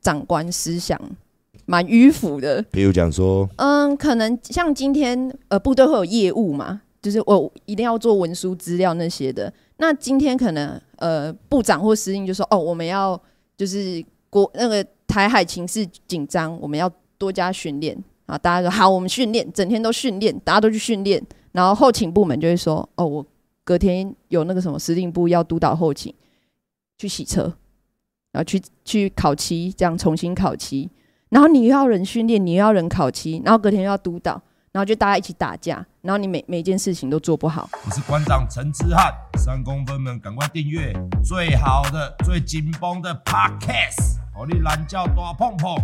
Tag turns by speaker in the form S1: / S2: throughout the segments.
S1: 长官思想蛮迂腐的。
S2: 比如讲说，
S1: 嗯，可能像今天呃部队会有业务嘛，就是我一定要做文书资料那些的。那今天可能呃部长或司令就说哦，我们要就是国那个台海情势紧张，我们要多加训练啊。大家说好，我们训练，整天都训练，大家都去训练。然后后勤部门就会说哦，我隔天有那个什么司令部要督导后勤，去洗车，然后去去烤漆，这样重新烤漆。然后你又要人训练，你又要人烤漆，然后隔天又要督导，然后就大家一起打架，然后你每每件事情都做不好。
S3: 我是馆长陈之汉，三公分们赶快订阅最好的、最紧绷的 Podcast，哦，你懒觉大碰碰。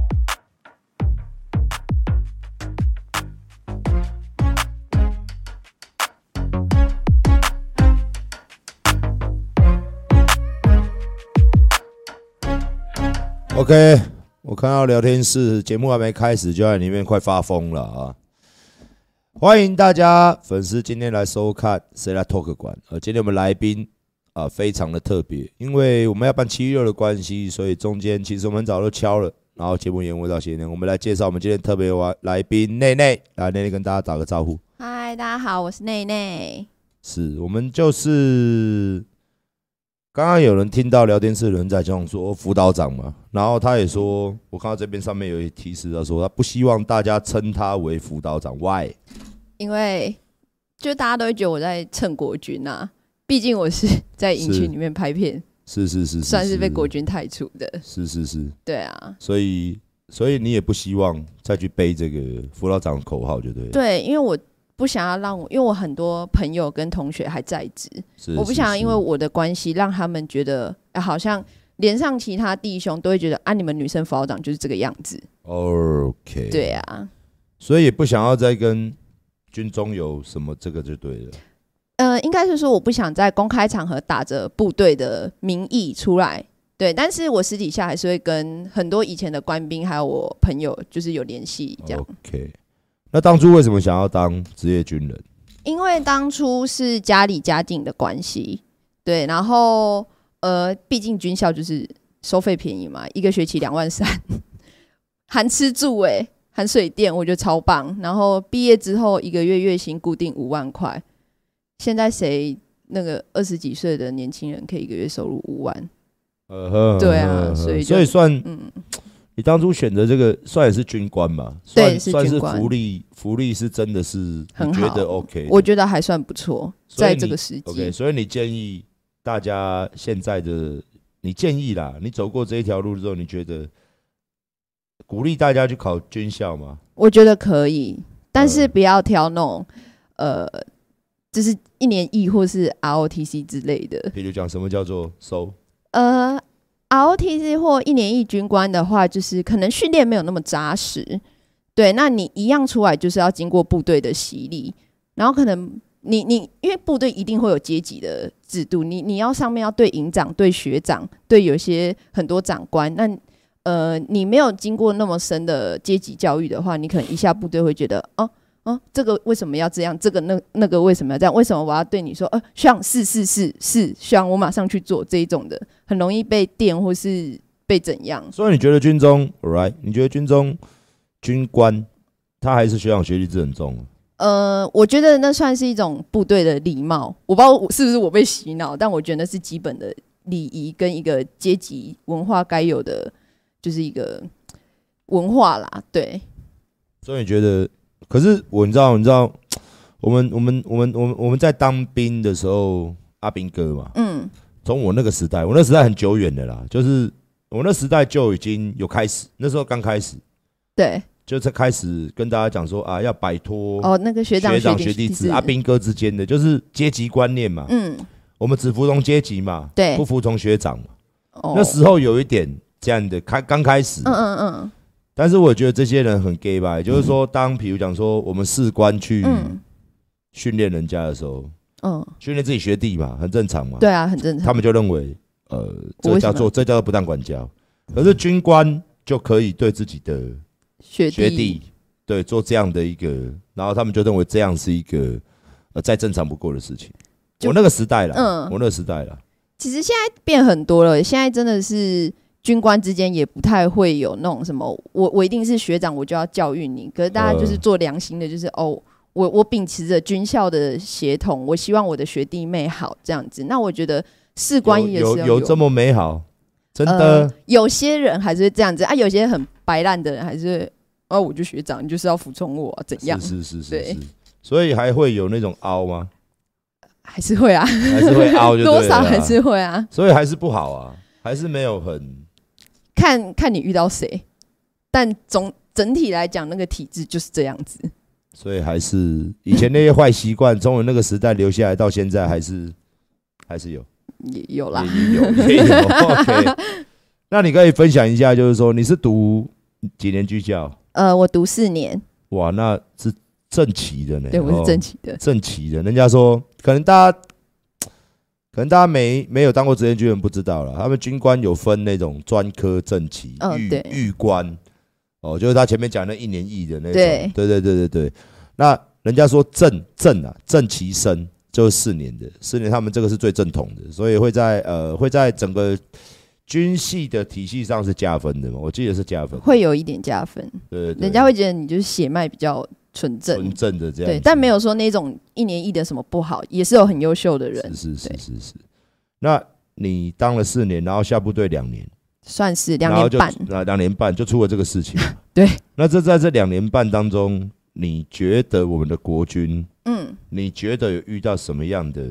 S2: OK，我看到聊天室节目还没开始，就在里面快发疯了啊！欢迎大家粉丝今天来收看《谁来 Talk 馆》。呃，今天我们来宾啊、非常的特别，因为我们要办七六的关系，所以中间其实我们很早就敲了，然后节目延误到今天。我们来介绍我们今天特别来来宾内内，来内内跟大家打个招呼。
S1: 嗨，大家好，我是内内。
S2: 是我们就是刚刚有人听到聊天室有人在讲说哦辅导长嘛，然后他也说，我看到这边上面有一提示，他说他不希望大家称他为辅导长，why？
S1: 因为就大家都会觉得我在蹭国军啊，毕竟我是在营
S2: 是
S1: 区里面拍片，
S2: 是是是是，
S1: 算是被国，军太除的。
S2: 是是是，
S1: 对啊，
S2: 所以所以你也不希望再去背这个辅导长的口号，就对了，
S1: 对，因为我不想要让我，因为我很多朋友跟同学还在职，
S2: 是
S1: 我不
S2: 是
S1: 想要
S2: 是
S1: 因为我的关系让他们觉得、啊好像连上其他弟兄都会觉得啊，你们女生辅导长就是这个样子。
S2: OK，
S1: 对，啊，
S2: 所以也不想要再跟军中有什么这个就对了，
S1: 呃，应该是说我不想在公开场合打着部队的名义出来，对，但是我私底下还是会跟很多以前的官兵还有我朋友就是有联系这样。
S2: OK，那当初为什么想要当职业军人？
S1: 因为当初是家里家境的关系，对，然后呃，毕竟军校就是收费便宜嘛，一个学期两万三， 含吃住诶、含水电，我觉得超棒。然后毕业之后一个月月薪固定五万块，现在谁那个二十几岁的年轻人可以一个月收入五万？
S2: 呃呵，
S1: 对啊
S2: 呵呵
S1: 所以就
S2: 所以算
S1: 嗯，
S2: 你当初选择这个，算也是军官嘛，
S1: 对
S2: 算
S1: 是
S2: 算是
S1: 军官
S2: 福利，福利是真的是你
S1: 很
S2: 觉
S1: 好
S2: 得 OK，
S1: 我觉得还算不错，
S2: 所以
S1: 在
S2: 你
S1: 这个时机
S2: OK，所以你建议大家现在的，你建议啦，你走过这一条路之后，你觉得鼓励大家去考军校吗？
S1: 我觉得可以，但是
S2: 呃
S1: 不要挑那种，呃，就是一年 E 或是 ROTC 之类的。
S2: 比如讲什么叫做收
S1: 呃，ROTC 或一年 E 军官的话，就是可能训练没有那么扎实。对，那你一样出来就是要经过部队的洗礼，然后可能你你因为部队一定会有阶级的制度，你你要上面要对营长、对学长、对有些很多长官，那呃你没有经过那么深的阶级教育的话，你可能一下部队会觉得哦。哦，这个为什么要这样？这个那那个为什么要这样？为什么我要对你说，呃，像是是是是，像我马上去做这一种的，很容易被电或是被怎样？
S2: 所以你觉得军中，all right？你觉得军中军官他还是学长学历制很重啊？
S1: 呃，我觉得那算是一种部队的礼貌，我不知道我是不是我被洗脑，但我觉得那是基本的礼仪跟一个阶级文化该有的，就是一个文化啦。对，
S2: 所以你觉得？可是我你知道，你知道，我们我们我们我们我们在当兵的时候，阿兵哥嘛，
S1: 嗯，
S2: 从我那个时代，我那时代很久远的啦，就是我那时代就已经有开始，那时候刚开始，
S1: 对。
S2: 就是开始跟大家讲说啊，要摆脱
S1: 哦，那个学长
S2: 学长
S1: 弟
S2: 学弟
S1: 制
S2: 制，阿，兵哥之间的就是阶级观念嘛，
S1: 嗯，
S2: 我们只服从阶级嘛，
S1: 对
S2: 不服从学长嘛。
S1: 哦，
S2: 那时候有一点这样的开刚开始，
S1: 嗯嗯嗯
S2: 但是我觉得这些人很 gay 吧，也就是说，当比如讲说我们士官去
S1: 嗯
S2: 训练人家的时候，
S1: 嗯，
S2: 训练自己学弟嘛，很正常嘛。
S1: 对啊，很正常。
S2: 他们就认为，呃，这
S1: 我为什
S2: 叫
S1: 么
S2: 做这叫做不当管教。可是军官就可以对自己的
S1: 学弟
S2: 学弟，对做这样的一个，然后他们就认为这样是一个呃再正常不过的事情。
S1: 就
S2: 我那个时代啦，
S1: 嗯
S2: 我那个时代啦，
S1: 其实现在变很多了，现在真的是军官之间也不太会有那种什么，我我一定是学长，我就要教育你。可是大家就是
S2: 呃
S1: 做良心的，就是、哦，我我秉持着军校的协同，我希望我的学弟妹好这样子。那我觉得士官也是
S2: 有
S1: 要
S2: 有这么美好，真
S1: 呃
S2: 的，
S1: 有些人还是会这样子啊，有些很白烂的人还是会哦，我就学长，你就是要服从我、啊，怎样？
S2: 是是是是
S1: 对
S2: 是，所以还会有那种 凹吗？
S1: 还是会啊，
S2: 还是会凹哦就对了
S1: 多
S2: 啦
S1: 少还是会啊，
S2: 所以还是不好啊，还是没有很
S1: 看看你遇到谁。但总整体来讲，那个体制就是这样子。
S2: 所以还是以前那些坏习惯，从我那个时代留下来到现在，还是还是有，
S1: 也有啦，
S2: 也有 也有。OK，那你可以分享一下，就是说你是读几年居校？
S1: 呃，我读四年，
S2: 哇，那是正旗的呢。
S1: 对我是
S2: 哦
S1: 正旗的，
S2: 正旗的，人家说可能大家。可能大家没没有当过职业军人不知道了，他们军官有分那种专科正旗、
S1: 嗯
S2: 预
S1: 对
S2: 预官，哦，就是他前面讲的一年役的那种，
S1: 对
S2: 对对对对对。那人家说正正啊，正旗生就是四年的，四年他们这个是最正统的，所以会在呃会在整个军系的体系上是加分的嘛，我记得是加分，
S1: 会有一点加分，
S2: 对对对，
S1: 人家会觉得你就是血脉比较纯
S2: 纯
S1: 正，
S2: 正的这样子，
S1: 对，但没有说那种一年一的什么不好，也是有很优秀的人，
S2: 是是
S1: 对
S2: 是是是。那你当了四年，然后下部队两年，
S1: 算是两
S2: 然后
S1: 年
S2: 就
S1: 半。
S2: 啊两年半就出了这个事情。
S1: 对，
S2: 那这在这两年半当中，你觉得我们的国军，
S1: 嗯，
S2: 你觉得有遇到什么样的？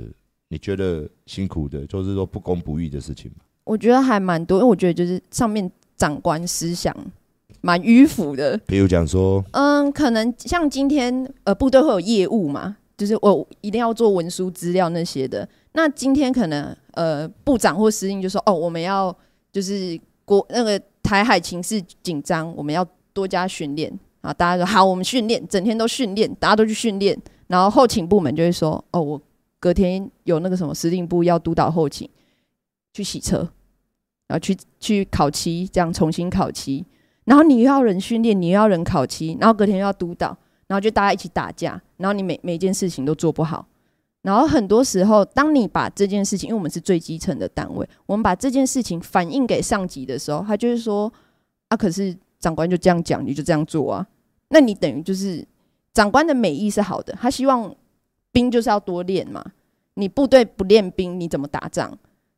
S2: 你觉得辛苦的，就是说不公不义的事情吗？
S1: 我觉得还蛮多，因为我觉得就是上面长官思想蛮迂腐的，
S2: 比如讲说，
S1: 嗯，可能像今天呃，部队会有业务嘛，就是我一定要做文书资料那些的。那今天可能呃，部长或司令就说：“哦，我们要就是国那个台海情势紧张，我们要多加训练啊。”大家说：“好，我们训练，整天都训练，大家都去训练。”然后后勤部门就会说：“哦，我隔天有那个什么司令部要督导后勤，去洗车，然后去去烤漆，这样重新烤漆。”然后你又要人训练，你又要人烤漆，然后隔天又要督导，然后就大家一起打架，然后你每每件事情都做不好。然后很多时候，当你把这件事情，因为我们是最基层的单位，我们把这件事情反映给上级的时候，他就是说：“啊，可是长官就这样讲，你就这样做啊。”那你等于就是长官的美意是好的，他希望兵就是要多练嘛。你部队不练兵，你怎么打仗？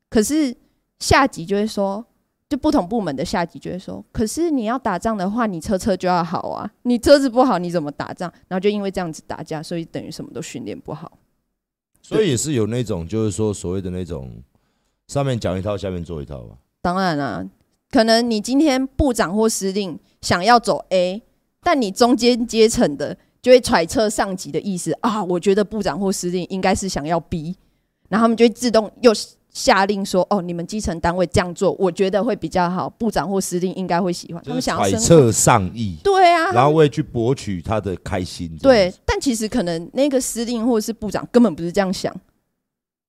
S1: 可是下级就会说：“就不同部门的下级就会说，可是你要打仗的话，你车车就要好啊，你车子不好你怎么打仗？然后就因为这样子打架，所以等于什么都训练不好。
S2: 所以也是有那种，就是说所谓的那种，上面讲一套，下面做一套吧。
S1: 当然啦、可能你今天部长或司令想要走 A，但你中间阶层的就会揣测上级的意思啊，我觉得部长或司令应该是想要 B，然后他们就会自动又下令说，哦，你们基层单位这样做，我觉得会比较好，部长或司令应该会喜欢，他
S2: 就
S1: 们
S2: 是
S1: 想要升
S2: 揣
S1: 官。
S2: 测上意，
S1: 对啊，
S2: 然后为去博取他的开心。这
S1: 对
S2: 样子，，
S1: 但其实可能那个司令或者是部长根本不是这样想，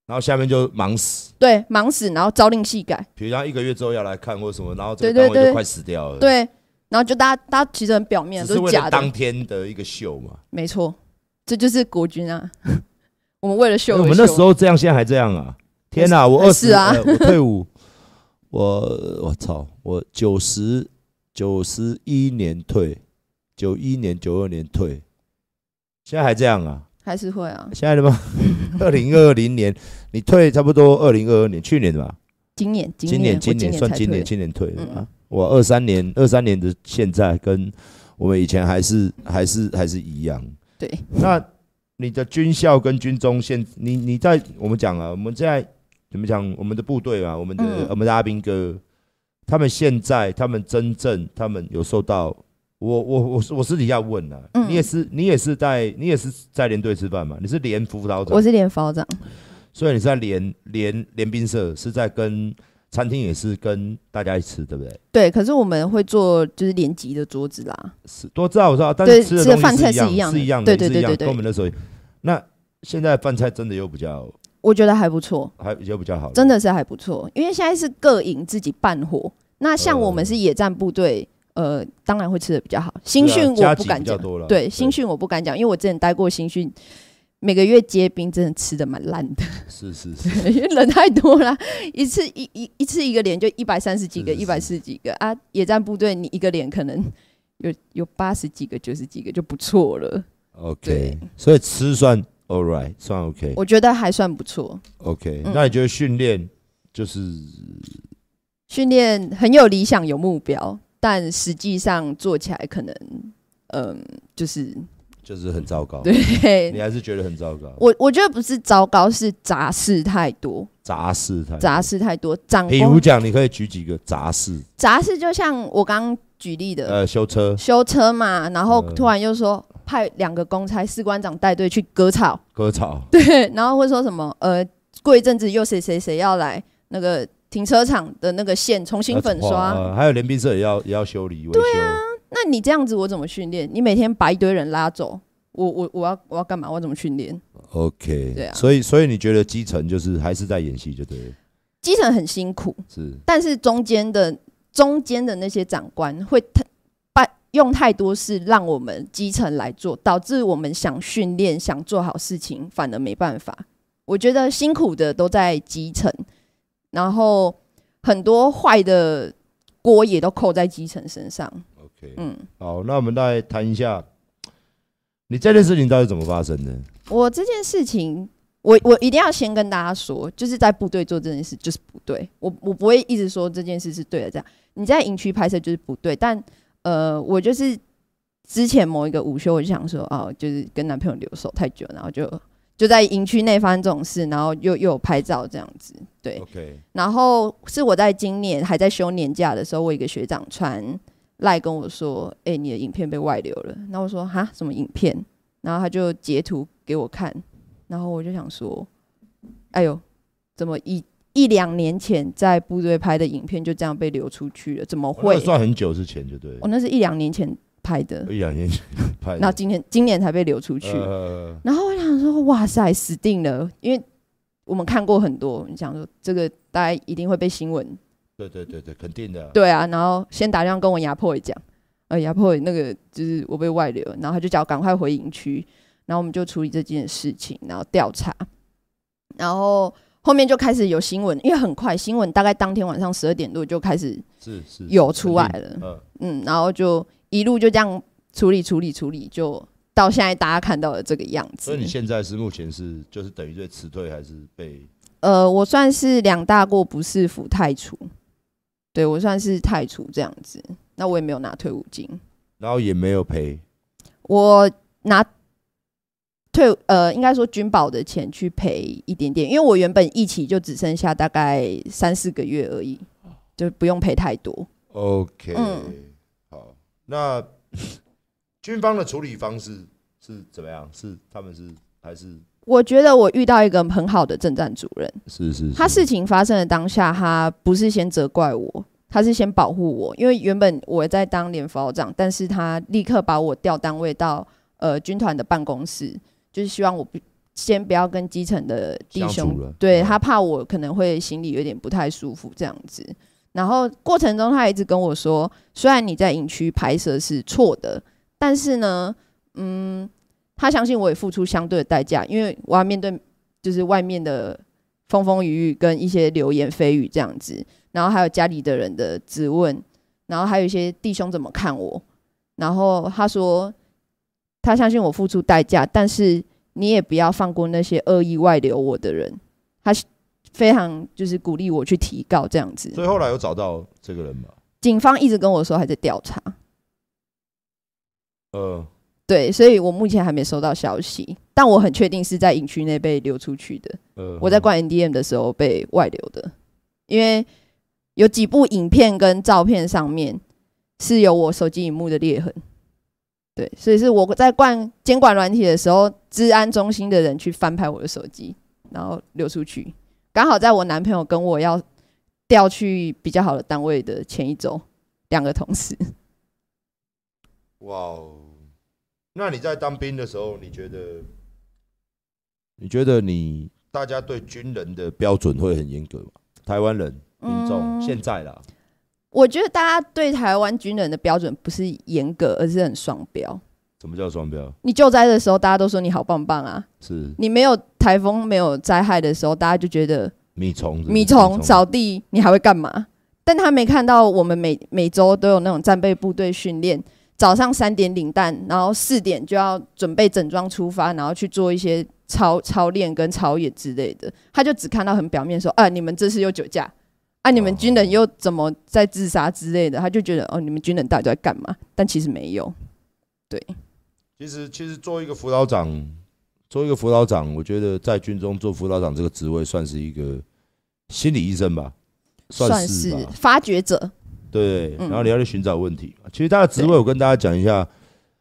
S2: 然后下面就忙死。
S1: 对，忙死，然后朝令夕改，
S2: 比如他一个月之后要来看或什么，然后这个
S1: 对对
S2: 单位就
S1: 对
S2: 快死掉了。
S1: 对，然后就大家大家其实很表面，
S2: 只
S1: 都
S2: 是为
S1: 假
S2: 了
S1: 的
S2: 当，天的一个秀嘛。
S1: 没错，这就是国军啊， 我们为了秀而秀，
S2: 因哎为我们那时候这样，现在还这样啊！天哪、我二
S1: 是
S2: 十
S1: 啊
S2: 呃我退伍，我我操，我九十九十一年退，九一年九二年退，现在还这样啊？
S1: 还是会啊，
S2: 现在 的吗？二零二零年你退差不多二零二二年，去年的吧？
S1: 今年
S2: 今
S1: 年我
S2: 今
S1: 今
S2: 年算
S1: 才
S2: 今
S1: 退
S2: 年，今年退的吧？
S1: 嗯
S2: 我二三年二三年的现在跟我们以前还是还是还是一样。
S1: 对，
S2: 那你的军校跟军中现你你在我们讲啊，我们现在怎么讲？我们的部队嘛，我们的、
S1: 嗯
S2: 我们的阿兵哥，他们现在他们真正他们有受到。我我我是我私底下问啊，
S1: 嗯
S2: 你也是你也是在你也是在连队吃饭嘛？你是连辅导长
S1: 我，是连防长，
S2: 所以你是在连连连兵社是在跟餐厅也是跟大家一起吃，对不对？
S1: 对，可是我们会做就是连级的桌子啦，
S2: 是多知道我知道，但
S1: 对
S2: 是吃的
S1: 吃的
S2: 东西
S1: 饭菜
S2: 是
S1: 是
S2: 一
S1: 一样的
S2: 是一样
S1: 对对
S2: 是一
S1: 对
S2: 样
S1: 对对
S2: 跟我们那时候。那现在饭菜真的又比较
S1: 我觉得还不错，
S2: 还又比较好了，
S1: 真的是还不错，因为现在是各营自己办活，那像我们
S2: 呃
S1: 是野战部队。呃，当然会吃的比较好。新训
S2: 对啊
S1: 我
S2: 加
S1: 不
S2: 急
S1: 敢
S2: 比较
S1: 讲，
S2: 多了，
S1: 对新训我不敢讲，因为我之前待过新训，每个月结冰真的吃的蛮烂的，
S2: 是是是，
S1: 因为人太多了，一次一一一次一个连就一百三十几个、
S2: 是是
S1: 一百四十几个啊！野战部队你一个连可能有有八十几个、九十几个就不错了，
S2: OK，
S1: 对
S2: 所以吃算 all right，算 OK
S1: 我觉得还算不错。
S2: OK、
S1: 嗯
S2: 那你觉得训练就是
S1: 训练很有理想、有目标，但实际上做起来可能，嗯，就是
S2: 就是很糟糕？，哦你
S1: 对
S2: 还是觉得很糟糕？
S1: 我我觉得不是糟糕，是杂事太多，
S2: 杂事太多
S1: 杂。事太多。长
S2: 嗯比如
S1: 工
S2: 讲，你可以举几个杂事，
S1: 杂事就像我刚刚举例的，
S2: 呃，修车、
S1: 修车嘛，然后
S2: 嗯
S1: 突然又说派两个公差士官长带队去割草，
S2: 割草，
S1: 对，然后会说什么呃，过一阵子又谁谁谁要来那个停车场的那个线重新粉刷，啊
S2: 呃还有连冰社也要也要修理维修。
S1: 那你这样子我怎么训练？你每天把一堆人拉走，我我我要我要干嘛？我要怎么训练？
S2: OK，
S1: 对啊
S2: 所以所以你觉得基层就是还是在演戏，就对了，
S1: 基层很辛苦，
S2: 是
S1: 但是中间的中间的那些长官会太办用太多事让我们基层来做，导致我们想训练、想做好事情，反而没办法。我觉得辛苦的都在基层，然后很多坏的锅也都扣在基层身上。
S2: OK。
S1: 嗯，
S2: 好，那我们再谈一下，你这件事情到底怎么发生的？
S1: 我这件事情，我我一定要先跟大家说，就是在部队做这件事就是不对，我我不会一直说这件事是对的，这样你在营区拍摄就是不对，但呃，我就是之前某一个午休，我就想说，哦，就是跟男朋友留守太久，然后就就在营区内发生这种事，然后又又有拍照这样子，对，
S2: OK，
S1: 然后是我在今年还在休年假的时候，我一个学长传赖跟我说：“哎、你的影片被外流了。”然后我说：“哈，什么影片？”然后他就哎截图给我看，然后我就想说：“哎呦，怎么一一两年前在部队拍的影片就这样被流出去了？怎么
S2: 我
S1: 会哦
S2: 那？算很久之前就对了，哎
S1: 我那是一两年前拍的，
S2: 一两年前拍的，
S1: 然后今年今年才被流出去。
S2: 呃，
S1: 然后我想说，哇塞，死定了！因为我们看过很多，你想说这个大家一定会被新闻
S2: 对对对对，肯定的，
S1: 对啊，然后先打电话跟我牙破也讲，呃，牙破也那个就是我被外流，然后他就叫我赶快回营区，然后我们就处理这件事情，然后调查，然后后面就开始有新闻，因为很快新闻大概当天晚上十二点多就开始
S2: 是是
S1: 有出来，了
S2: 肯，定呃，
S1: 嗯，然后就一路就这样处理处理处理，就到现在大家看到的这个样子。
S2: 所以你现在是目前是就是等于被辞退还是被
S1: 呃，我算是两大过不是服太除，对我算是太除这样子，那我也没有拿退伍金。
S2: 然后也没有赔，
S1: 我拿退呃，应该说军保的钱去赔一点点，因为我原本一起就只剩下大概三四个月而已，就不用赔太多。
S2: OK，、
S1: 嗯
S2: 好，那军方的处理方式 是怎么样？是他们是还是
S1: 我觉得我遇到一个很好的政战主任，
S2: 是是
S1: 他事情发生的当下，他不是先责怪我，他是先保护我，因为原本我在当连副长，但是他立刻把我调单位到呃军团的办公室，就是希望我不先不要跟基层的弟
S2: 相
S1: 兄
S2: 处了，
S1: 对
S2: 嗯
S1: 他怕我可能会心里有点不太舒服这样子。然后过程中他一直跟我说，虽然你在营区拍摄是错的，但是呢，嗯，他相信我也付出相对的代价，因为我要面对就是外面的风风雨雨跟一些流言蜚语这样子，然后还有家里的人的质问，然后还有一些弟兄怎么看我，然后他说他相信我付出代价，但是你也不要放过那些恶意外流我的人，他是非常就是鼓励我去提告这样子。
S2: 所以后来有找到这个人嘛？
S1: 警方一直跟我说还在调查，
S2: 呃，
S1: 对，所以我目前还没收到消息，但我很确定是在营区内被流出去的。
S2: 呃
S1: 我在逛 NDM 的时候被外流的，因为有几部影片跟照片上面是有我手机荧幕的裂痕，对，所以是我在逛监管软体的时候，治安中心的人去翻拍我的手机，然后流出去，刚好在我男朋友跟我要调去比较好的单位的前一周，两个同 事，
S2: 哇哦，那你在当兵的时候，你觉得？你觉得你大家对军人的标准会很严格吗？台湾人民众、
S1: 嗯
S2: 现在啦，
S1: 我觉得大家对台湾军人的标准不是严格，而是很双标。
S2: 什么叫双标？
S1: 你救灾的时候，大家都说你好棒棒啊。
S2: 是
S1: 你没有台风、没有灾害的时候，大家就觉得
S2: 米虫是不是，
S1: 米虫扫地，你还会干嘛？但他没看到我们每每周都有那种战备部队训练，早上三点领弹，然后四点就要准备整装出发，然后去做一些操操练跟操演之类的。他就只看到很表面说，啊，你们这次又酒驾，啊，你们军人又怎么在自杀之类的，他就觉得哦，你们军人到底在干嘛？但其实没有。
S2: 其实，其实做一个辅导长，做一个辅导长，我觉得在军中做辅导长这个职位，算是一个心理医生吧，
S1: 算
S2: 是吧，
S1: 发掘者，
S2: 对。
S1: 嗯
S2: 然后你要去寻找问题。其实他的职位，我跟大家讲一下，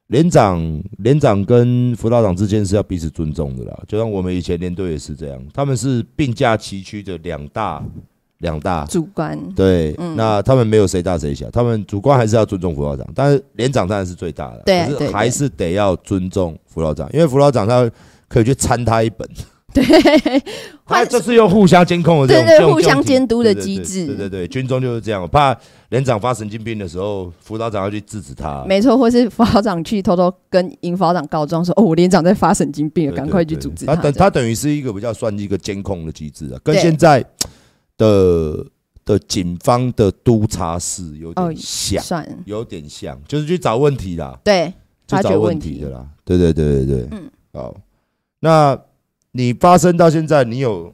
S2: 连长、连长跟辅导长之间是要彼此尊重的啦。就像我们以前连队也是这样，他们是并驾齐驱的两大两大
S1: 主 观
S2: 对，
S1: 嗯
S2: 那他们没有谁大谁小，他们主观还是要尊重辅导长，但是连长当然是最大的，
S1: 对啊
S2: 可
S1: 对
S2: 是
S1: 对
S2: 还是得要尊重辅导长，因为辅导长他可以去参他一本，
S1: 对，
S2: 他
S1: 换
S2: 这是用互相监控的这种，
S1: 对对
S2: 这种
S1: 互相
S2: 这种
S1: 监督的
S2: 对对
S1: 机
S2: 对
S1: 制
S2: 对对对，军中就是这样，怕连长发神经病的时候，辅导长要去制止他，
S1: 没错，或是辅导长去偷偷跟营辅导长告状说：“哦，我连长在发神经病
S2: 对
S1: 了，
S2: 对
S1: 赶快去
S2: 对
S1: 阻止
S2: 他等
S1: 这样
S2: 他等于是一个比较算一个监控的机制啊，跟
S1: 对
S2: 现在的的警方的督察室有
S1: 哦
S2: 点像，
S1: 算
S2: 有点像，就是去找问题啦。
S1: 对，
S2: 去
S1: 发
S2: 找
S1: 掘
S2: 问
S1: 问
S2: 题
S1: 题
S2: 的啦。对对对对对，
S1: 嗯，
S2: 好，那你发生到现在，你有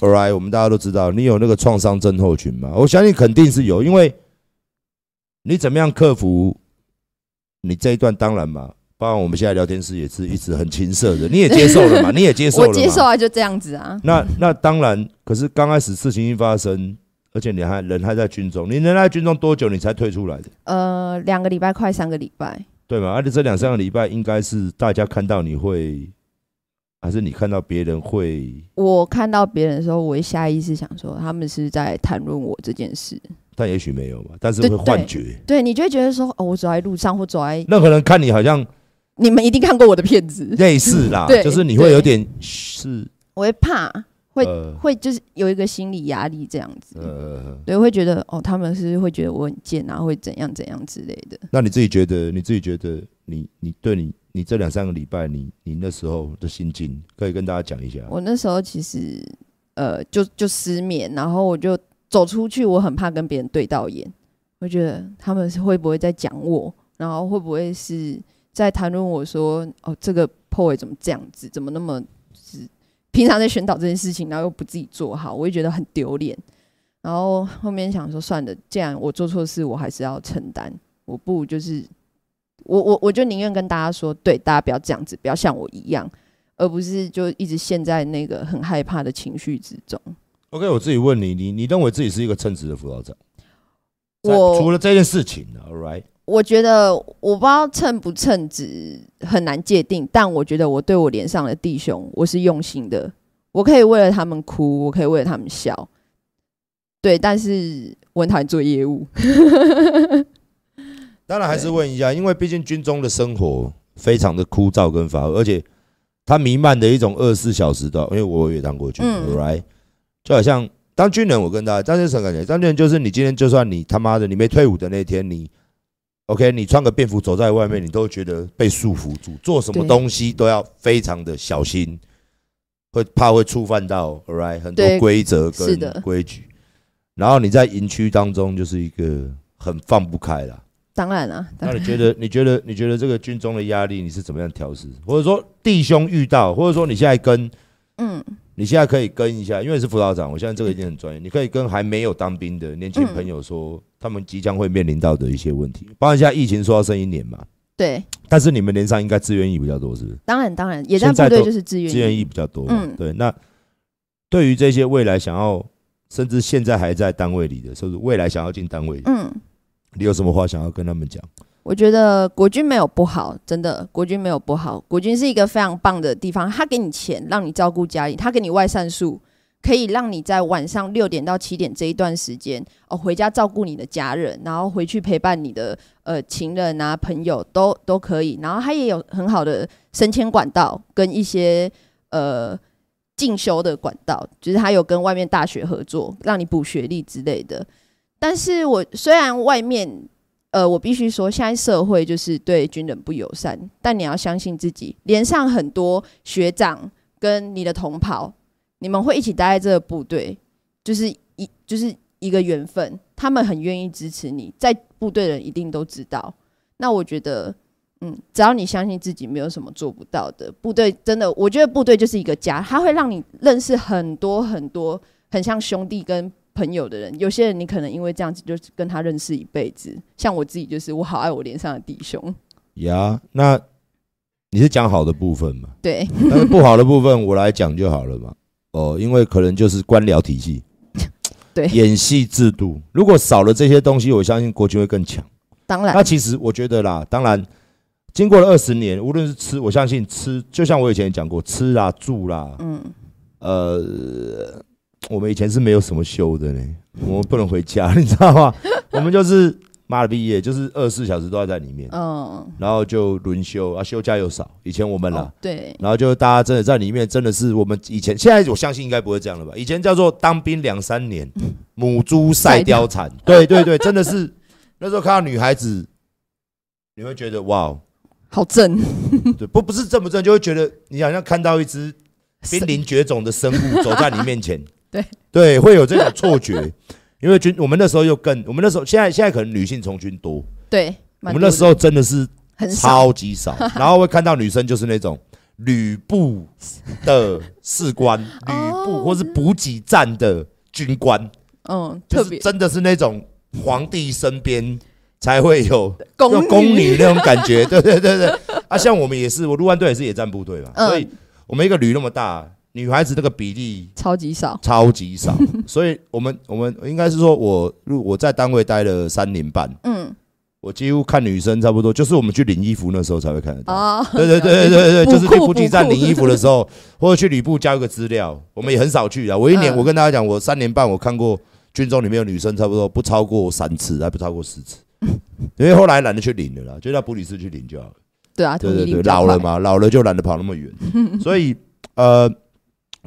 S2: a l right，我们大家都知道，你有那个创伤症候群吗？我相信肯定是有，因为你怎么样克服你这一段，当然嘛。包括我们现在聊天室也是一直很青涩的，你也接受 了嘛？你也接受了
S1: 我
S2: 嘛？
S1: 接受啊，就这样子啊，
S2: 那那当然，可是刚开始事情一发生，而且你还人还在军中，你人还在军中多久你才退出来的？
S1: 呃，两个礼拜快三个礼拜，
S2: 对嘛？而且这两三个礼拜应该是大家看到你会，还是你看到别人会，
S1: 我看到别人的时候，我会下意识想说，他们是在谈论我这件事。
S2: 但也许没有嘛，但是
S1: 对
S2: 会幻觉。
S1: 对你就会觉得说，哦，我走在路上或走在，
S2: 任何人看你好像
S1: 你们一定看过我的片子，
S2: 类似啦，
S1: 嗯对
S2: 就是你会有点是
S1: 我会怕，会
S2: 呃
S1: 会就是有一个心理压力这样子。
S2: 呃，
S1: 对，会觉得哦，他们是会觉得我很贱啊，会怎样怎样之类的。
S2: 那你自己觉得，你自己觉得你你对你你这两三个礼拜你你那时候的心境，可以跟大家讲一下。
S1: 我那时候其实呃，就就失眠，然后我就走出去，我很怕跟别人对到眼，我觉得他们是会不会在讲我，然后会不会是在谈论我说哦，这个 p o 怎么这样子，怎么那么就是平常在宣导这件事情，然后又不自己做好，我就觉得很丢脸。然后后面想说，算了，既然我做错事，我还是要承担，我不如就是我我我就宁愿跟大家说，对，大家不要这样子，不要像我一样。而不是就一直陷在那个很害怕的情绪之中。
S2: OK，我自己问你，你你认为自己是一个称职的辅导长？在除
S1: 我
S2: 了这件事情，All right，
S1: 我觉得我不知道称不称职很难界定，但我觉得我对我脸上的弟兄，我是用心的。我可以为了他们哭，我可以为了他们笑，对，但是我很讨厌做业务。
S2: 当然还是
S1: 对
S2: 问一下，因为毕竟军中的生活非常的枯燥跟乏味，而且它弥漫的一种二十四小时的，因为我也当过军人、
S1: 嗯
S2: r i g h t 就好像当军人，我跟大家，当军人什么感觉？当军人就是你今天就算你他妈的你没退伍的那天，你 OK，你穿个便服走在外面，你都会觉得被束缚住，做什么
S1: 对
S2: 东西都要非常的小心，会怕会触犯到 all right 很多
S1: 对
S2: 规则
S1: 是
S2: 跟
S1: 的
S2: 规矩，然后你在营区当中就是一个很放不开啦。
S1: 当然啦、当
S2: 那
S1: 然
S2: 你觉得？你觉得？你觉得这个军中的压力你是怎么样调试？或者说弟兄遇到，或者说你现在跟
S1: 嗯，
S2: 你现在可以跟一下，因为是辅导长，我相信这个一定很专业。你可以跟还没有当兵的年
S1: 嗯
S2: 轻朋友说，他们即将会面临到的一些问题。包括现在疫情说要剩一年嘛，
S1: 对，
S2: 但是你们连上应该志愿役比较多，是不是？
S1: 当然当然，野战
S2: 现在
S1: 部队
S2: 都
S1: 就是志愿
S2: 志愿
S1: 役
S2: 役比较多嘛，
S1: 嗯
S2: 对。那对于这些未来想要，甚至现在还在单位里的，甚至未来想要进单位的，
S1: 嗯，
S2: 你有什么话想要跟他们讲？
S1: 我觉得国军没有不好，真的，国军没有不好。国军是一个非常棒的地方，他给你钱让你照顾家里，他给你外散数，可以让你在晚上六点到七点这一段时间哦回家照顾你的家人，然后回去陪伴你的呃情人啊朋友都都可以。然后他也有很好的升迁管道跟一些呃进修的管道，就是他有跟外面大学合作，让你补学历之类的。但是我虽然外面呃，我必须说，现在社会就是对军人不友善，但你要相信自己。连上很多学长跟你的同袍，你们会一起待在这个部队，就是一就是一个缘分。他们很愿意支持你，在部队的人一定都知道。那我觉得，嗯，只要你相信自己，没有什么做不到的。部队真的，我觉得部队就是一个家，它会让你认识很多很多很像兄弟跟朋友的人。有些人你可能因为这样子就跟他认识一辈子，像我自己就是，我好爱我脸上的弟兄。
S2: 呀，那你是讲好的部分嘛？
S1: 对，，
S2: 但是不好的部分我来讲就好了嘛。哦，因为可能就是官僚体系
S1: 对
S2: 演戏制度，如果少了这些东西，我相信国军会更强。
S1: 当然
S2: 那，其实我觉得啦，当然，经过了二十年，无论是吃，我相信吃，就像我以前也讲过，吃啦、住啦，
S1: 嗯，
S2: 呃，我们以前是没有什么休的呢，我们不能回家， 你知道吗？我们就是妈的毕业，就是二十四小时都要在里面，
S1: 嗯，
S2: 然后就轮休啊，休假又少，以前我们啦。
S1: 哦对，
S2: 然后就大家真的在里面，真的是我们以前，现在我相信应该不会这样了吧？以前叫做当兵两三年，
S1: 嗯
S2: 母猪赛貂蝉， 对对对，真的是那时候看到女孩子，你会觉得哇哦，
S1: 好正，嗯
S2: 对，不不是正不正，就会觉得你好像看到一只濒临绝种的生物走在你面前，
S1: 对
S2: 对，会有这种错觉，因为军我们那时候又更，我们那时候现在现在可能女性从军多，
S1: 对，
S2: 我
S1: 蛮
S2: 们
S1: 多
S2: 那时候真的是
S1: 的很少，
S2: 超级 少，然后会看到女生就是那种吕布的士官，吕
S1: 哦
S2: 布或是补给站的军官，
S1: 嗯，
S2: 就
S1: 特
S2: 是
S1: 别
S2: 真的是那种皇帝身边才会有
S1: 宫
S2: 有宫女那种感 觉，对对对对。啊，像我们也是，我陆安队也是野战部队嘛，
S1: 嗯
S2: 所以我们一个旅那么大，女孩子这个比例
S1: 超级少，
S2: 超 级少，所以我们我们应该是说我入我在单位待了三年半。
S1: 嗯，
S2: 我几乎看女生差不多，就是我们去领衣服那时候才会看得到。
S1: 哦，
S2: 对对对对对对，
S1: 补
S2: 就是去
S1: 库
S2: 补给
S1: 补
S2: 站
S1: 库
S2: 领衣服的时 候，或者去旅部交一个资料，我们也很少去啊。我一年，
S1: 嗯
S2: 我跟大家讲，我三年半我看过军中里面有女生差不多不超过三次，还不超过 四次，因为后来懒得去领了啦，就到补给室去领就好了。
S1: 对啊，
S2: 对
S1: 同
S2: 对
S1: 意力
S2: 对，
S1: 比较
S2: 老了
S1: 快，
S2: 嘛，老了就懒得跑那么远， 所以呃，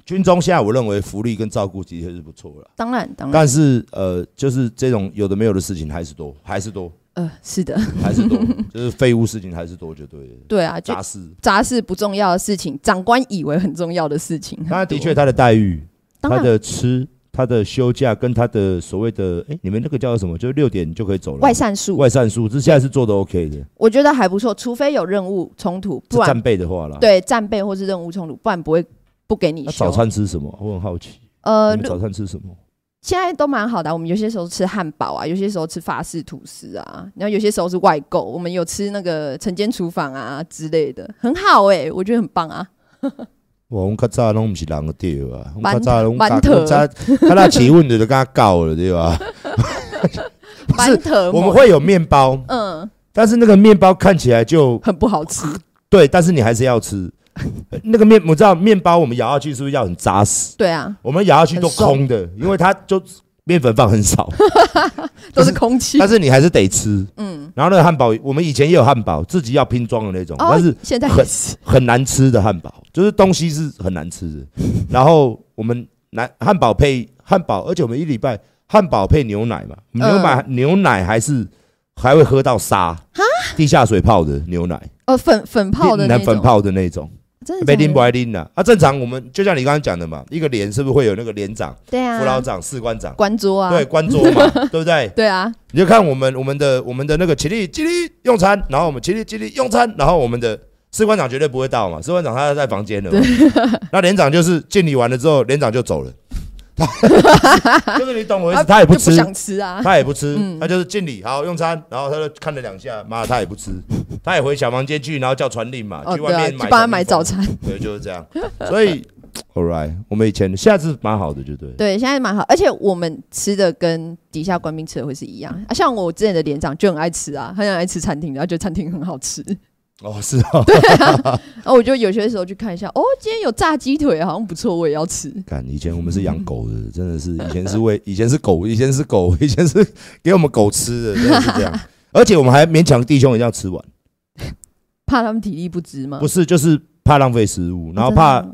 S2: 军中现在我认为福利跟照顾的确是不错了，
S1: 当然当然，
S2: 但是呃，就是这种有的没有的事情还是多，还是多，
S1: 呃，是的，
S2: 还 是多，就是废物事情还是多就对了，
S1: 对啊，就
S2: 杂事。
S1: 杂事不重要的事情，长官以为很重要的事情，
S2: 当然，的确，他的待遇、
S1: 当
S2: 他
S1: 然
S2: 的吃、他的休假跟他的所谓的，哎、你们那个叫什么？就是六点就可以走了。
S1: 外散数，
S2: 外散数，这现在是做的 OK 的，
S1: 我觉得还不错，除非有任务冲突，
S2: 是
S1: 不然
S2: 战备的话啦。，
S1: 对战备或是任务冲突，不然不会不给你
S2: 啊那
S1: 休
S2: 早。餐吃什么？我很好奇。
S1: 呃
S2: 你，们早餐吃什么？
S1: 现在都蛮好的啊、我们有些时候吃汉堡啊，有些时候吃法式吐司啊，然后有些时候是外购，我们有吃那个晨间厨房啊之类的，很好哎、我觉得很棒啊。
S2: 哇，我们较早拢不是人的对啊，我们
S1: 馒
S2: 较早拢
S1: 馒头
S2: 较较早起问的就跟他告了对 吧？不
S1: 班
S2: 是，
S1: 特
S2: 我们
S1: 梦
S2: 会有面包，
S1: 嗯
S2: 但是那个面包看起来就
S1: 很不好吃，
S2: 啊对，但是你还是要吃。 那个面，我知道面包我们咬下去是不是要很扎实？
S1: 对啊，
S2: 我们咬下去都
S1: 很松
S2: 空的，因为它就面粉放很少，
S1: 都是空气
S2: 但。是你还是得吃。
S1: 嗯，
S2: 然后那个汉堡，我们以前也有汉堡，自己要拼装的那种，
S1: 哦
S2: 但是，
S1: 现在也
S2: 很
S1: 是
S2: 很难吃的汉堡，就是东西是很难吃的。 然后我们拿汉堡配汉堡，而且我们一礼拜汉堡配牛奶嘛，
S1: 嗯
S2: 牛奶、牛奶还是还会喝到沙，地下水泡的牛奶，
S1: 哦粉粉泡的那
S2: 奶
S1: 种，
S2: 粉泡的那种，
S1: 真的
S2: 被
S1: 假
S2: 拎
S1: 的
S2: 不爱拎的。啊，正常我们就像你刚刚讲的嘛，一个连是不是会有那个连长、
S1: 对
S2: 副老
S1: 啊，
S2: 长、士官长？
S1: 关桌啊，
S2: 对，官桌 嘛，对不对？
S1: 对啊，
S2: 你就看我们我们的我们的那个起立起立用餐，然后我们起立起立用餐，然后我们的士官长绝对不会到嘛，士官长他在房间了嘛， 那连长就是敬礼完了之后，连长就走了， 他就是你懂我意思，他也不
S1: 就不
S2: 吃，
S1: 想吃啊，
S2: 他也不吃，
S1: 嗯
S2: 他就是敬礼好用餐，然后他就看了两下，妈的他也不吃，他也回小房间去，然后叫传令嘛，
S1: 哦
S2: 去
S1: 对
S2: 外
S1: 啊，
S2: 面
S1: 去
S2: 买，
S1: 帮他买早，餐。
S2: 对，就是这样，所以 all right，我们以前下次蛮好的，就对了，
S1: 对，现在蛮好，而且我们吃的跟底下官兵吃的会是一样啊。像我之前的连长就很爱吃啊，很爱吃餐厅，然后觉得餐厅很好吃。
S2: 哦是哦，
S1: 然后我就有些时候去看一下，哦，今天有炸鸡腿，好像不错，我也要吃。
S2: 看，以前我们是
S1: 嗯
S2: 养狗的，真的是以前是喂，以前是狗，以前是狗， 以前是给我们狗吃的，真的是这样。而且我们还勉强弟兄一定要吃完，
S1: 怕他们体力不支吗？
S2: 不是就是怕浪费食物，然后
S1: 真的
S2: 怕
S1: 吗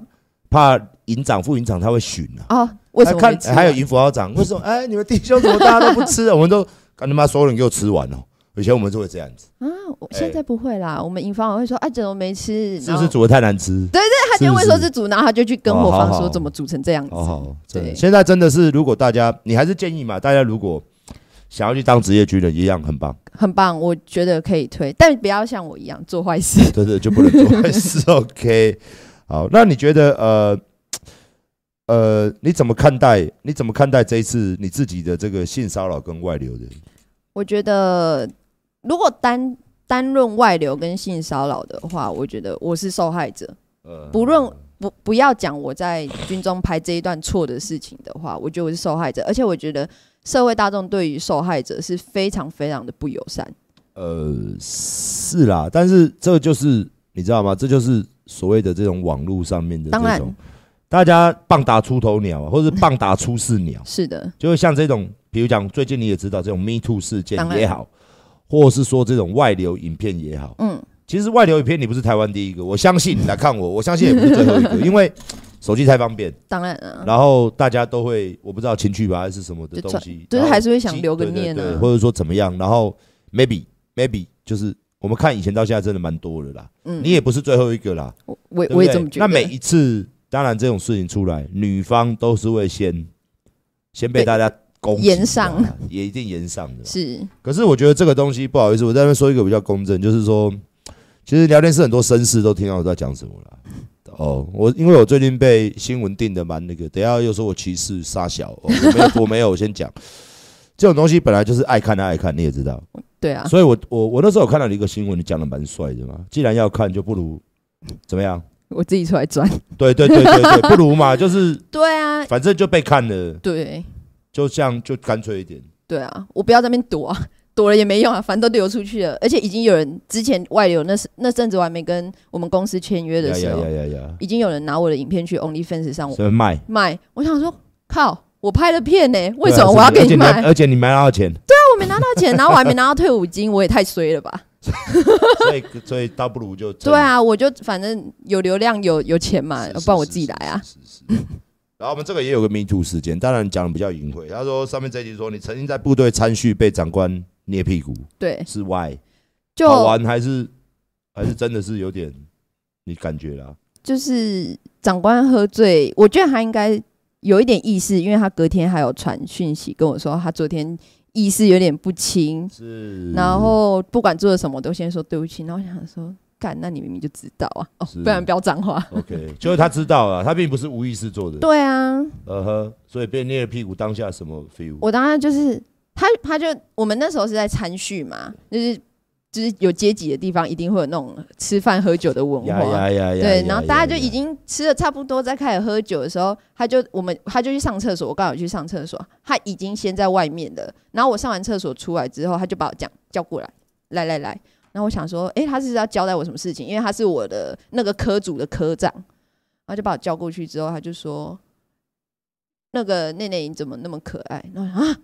S2: 怕营长、副营长他会巡啊。
S1: 哦，为什么
S2: 他
S1: 没
S2: 看
S1: 吃
S2: 还有
S1: 完
S2: 啊 营辅导长，为什么？哎，你们弟兄怎么大家都不吃啊？我们都看他妈所有人给我吃完哦，以前我们就会这样子，
S1: 啊，我现在不会啦，我们营房委会说，哎，怎么没吃？
S2: 哎是
S1: 然后
S2: 不是煮的太难吃？
S1: 对对，他就会说
S2: 是
S1: 是煮，然后他就去跟
S2: 哦
S1: 伙
S2: 好
S1: 房
S2: 好哦
S1: 说怎么煮成这样子。
S2: 好好，真的，
S1: 对
S2: 现在真的是，如果大家，你还是建议嘛，大家如果想要去当职业军人，一样很棒，
S1: 很棒，我觉得可以推，但不要像我一样做坏事。
S2: 对对，就不能做坏事。OK，好，那你觉得呃呃，你怎么看待？你怎么看待这一次你自己的这个性骚扰跟外流的？
S1: 我觉得如果单单论外流跟性骚扰的话，我觉得我是受害者。
S2: 呃，
S1: 不论不不要讲我在军中拍这一段错的事情的话，我觉得我是受害者，而且我觉得社会大众对于受害者是非常非常的不友善。
S2: 呃，是啦，但是这就是你知道吗？这就是所谓的这种网络上面的
S1: 当
S2: 这
S1: 然
S2: 种，大家棒打出头鸟啊，或者棒打出世鸟。
S1: 是的，
S2: 就是像这种，比如讲最近你也知道这种 Me Too 事件
S1: 当然
S2: 也好，或是说这种外流影片也好，
S1: 嗯，
S2: 其实外流影片你不是台湾第一个，我相信你来看我，我相信也不是最后一 个，因为手机太方便，
S1: 当然啊，
S2: 然后大家都会我不知道情绪吧还是什么的
S1: 就
S2: 东西，
S1: 就是
S2: 然后
S1: 还是会想
S2: 其
S1: 留个
S2: 对对
S1: 念啊
S2: 对或者说怎么样，然后 maybe maybe 就是我们看以前到现在真的蛮多的啦，
S1: 嗯，
S2: 你也不是最后一个啦，
S1: 我我也
S2: 对不
S1: 我也
S2: 对
S1: 这么觉得。
S2: 那每一次，当然这种事情出来，女方都是会先先被
S1: 被
S2: 大家攻击
S1: 延上
S2: 的啦，也一定延上的啦。
S1: 是
S2: 可是我觉得这个东西，不好意思，我在那边说一个比较公正，就是说，其实聊天室很多绅士都听到我在讲什么了。哦，我因为我最近被新闻定的蛮那个，等一下又说我歧视杀小、哦，我 没有，我没有，我先讲。这种东西本来就是爱看的啊爱看，你也知道，
S1: 对啊，
S2: 所以我我我那时候有看到你一个新闻，你讲的蛮帅的嘛。既然要看，就不如怎么样？
S1: 我自己出来转。
S2: 对对对对对，不如嘛，就是
S1: 对啊，
S2: 反正就被看了，
S1: 对
S2: 就像就干脆一点。
S1: 对啊，我不要在那边躲啊， 躲了也没用啊，反正都流出去了，而且已经有人之前外流那时那阵子我还没跟我们公司签约的哦
S2: 呀
S1: 时
S2: 呀
S1: 候，
S2: 呀呀呀，
S1: 已经有人拿我的影片去 OnlyFans 上
S2: 什么卖？
S1: 卖，我想说靠。我拍了片呢、为
S2: 嗯对啊
S1: 什么我要给
S2: 而且
S1: 你
S2: 你
S1: 卖？
S2: 还而且你没拿到钱，
S1: 我没拿到钱，然后我还没拿到退伍金，我也太衰了 吧？
S2: 所以所以倒不如就
S1: 对，啊，我就反正有流量有有钱嘛，
S2: 是是
S1: 不然我自己来啊。
S2: 是是是是然后我们这个也有个 Me Too 事件，当然讲的比较隐晦。他说上面这一集说你曾经在部队参叙被长官捏屁股，
S1: 对，
S2: 是 why
S1: 就
S2: 好玩还是还是真的是有点你感觉啦？
S1: 就是长官喝醉，我觉得他应该有一点意识，因为他隔天还有传讯息跟我说，他昨天意识有点不清，
S2: 是，
S1: 然后不管做了什么都先说对不起。然后我想说，干，那你明明就知道啊，哦，
S2: 是
S1: 不然不要脏话。
S2: OK，就是他知道了，他并不是无意识做的。
S1: 对啊，
S2: 呃呵，所以被捏了屁股，当下什么 feel？
S1: 我当然就是他，他就我们那时候是在餐叙嘛，就是就是有阶级的地方一定会有那种吃饭喝酒的文
S2: 呀
S1: 化。
S2: 呀呀呀！
S1: 对
S2: 呀，
S1: 然后大家就已。
S2: 呀呀
S1: 经吃的差不多，在开始喝酒的时候，他就我们他就去上厕所，我刚好去上厕所，他已经先在外面了。然后我上完厕所出来之后，他就把我讲叫过来，来来来。然后我想说，诶，他是要交代我什么事情？因为他是我的那个科组的科长，然后就把我叫过去之后，他就说，那个内内你怎么那么可爱？然后我想啊，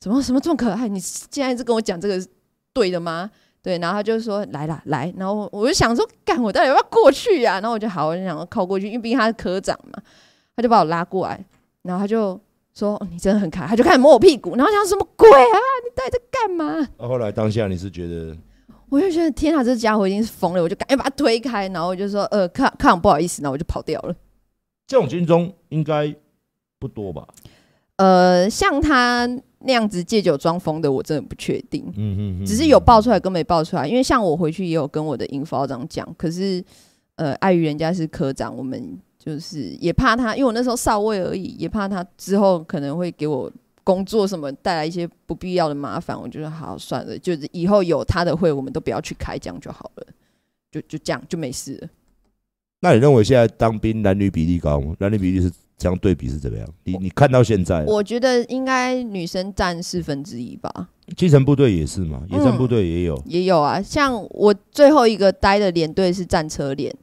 S1: 怎么什么这么可爱？你现在是跟我讲这个是对的吗？对，然后他就说来啦来，然后我就想说，干我到底要不要过去呀、然后我就好，我就想要靠过去，因为毕竟他是科长嘛，他就把我拉过来，然后他就说、哦你真的很可爱，他就开始摸我屁股，然后我想说什么鬼啊？你到底在干嘛？
S2: 那啊后来当下你是觉得
S1: 我就觉得天啊，这家伙已经是疯了，我就赶紧把他推开，然后我就说呃，看看不好意思，然后我就跑掉了。
S2: 这种军中应该不多吧？
S1: 呃，像他那样子借酒装疯的，我真的不确定。
S2: 嗯嗯
S1: 只是有爆出来跟没爆出来，因为像我回去也有跟我的营副校长讲，可是呃，碍于人家是科长，我们就是也怕他，因为我那时候少尉而已，也怕他之后可能会给我工作什么带来一些不必要的麻烦，我觉得好算了，就是以后有他的会，我们都不要去开，这样就好了，就就这样就没事了。
S2: 那你认为现在当兵男女比例高吗？男女比例是这样对比是怎么样？你你看到现在啊
S1: 我觉得应该女生占四分之一吧。
S2: 基层部队也是嘛，野
S1: 嗯
S2: 战部队也有。
S1: 也有啊，像我最后一个待的连队是战车连，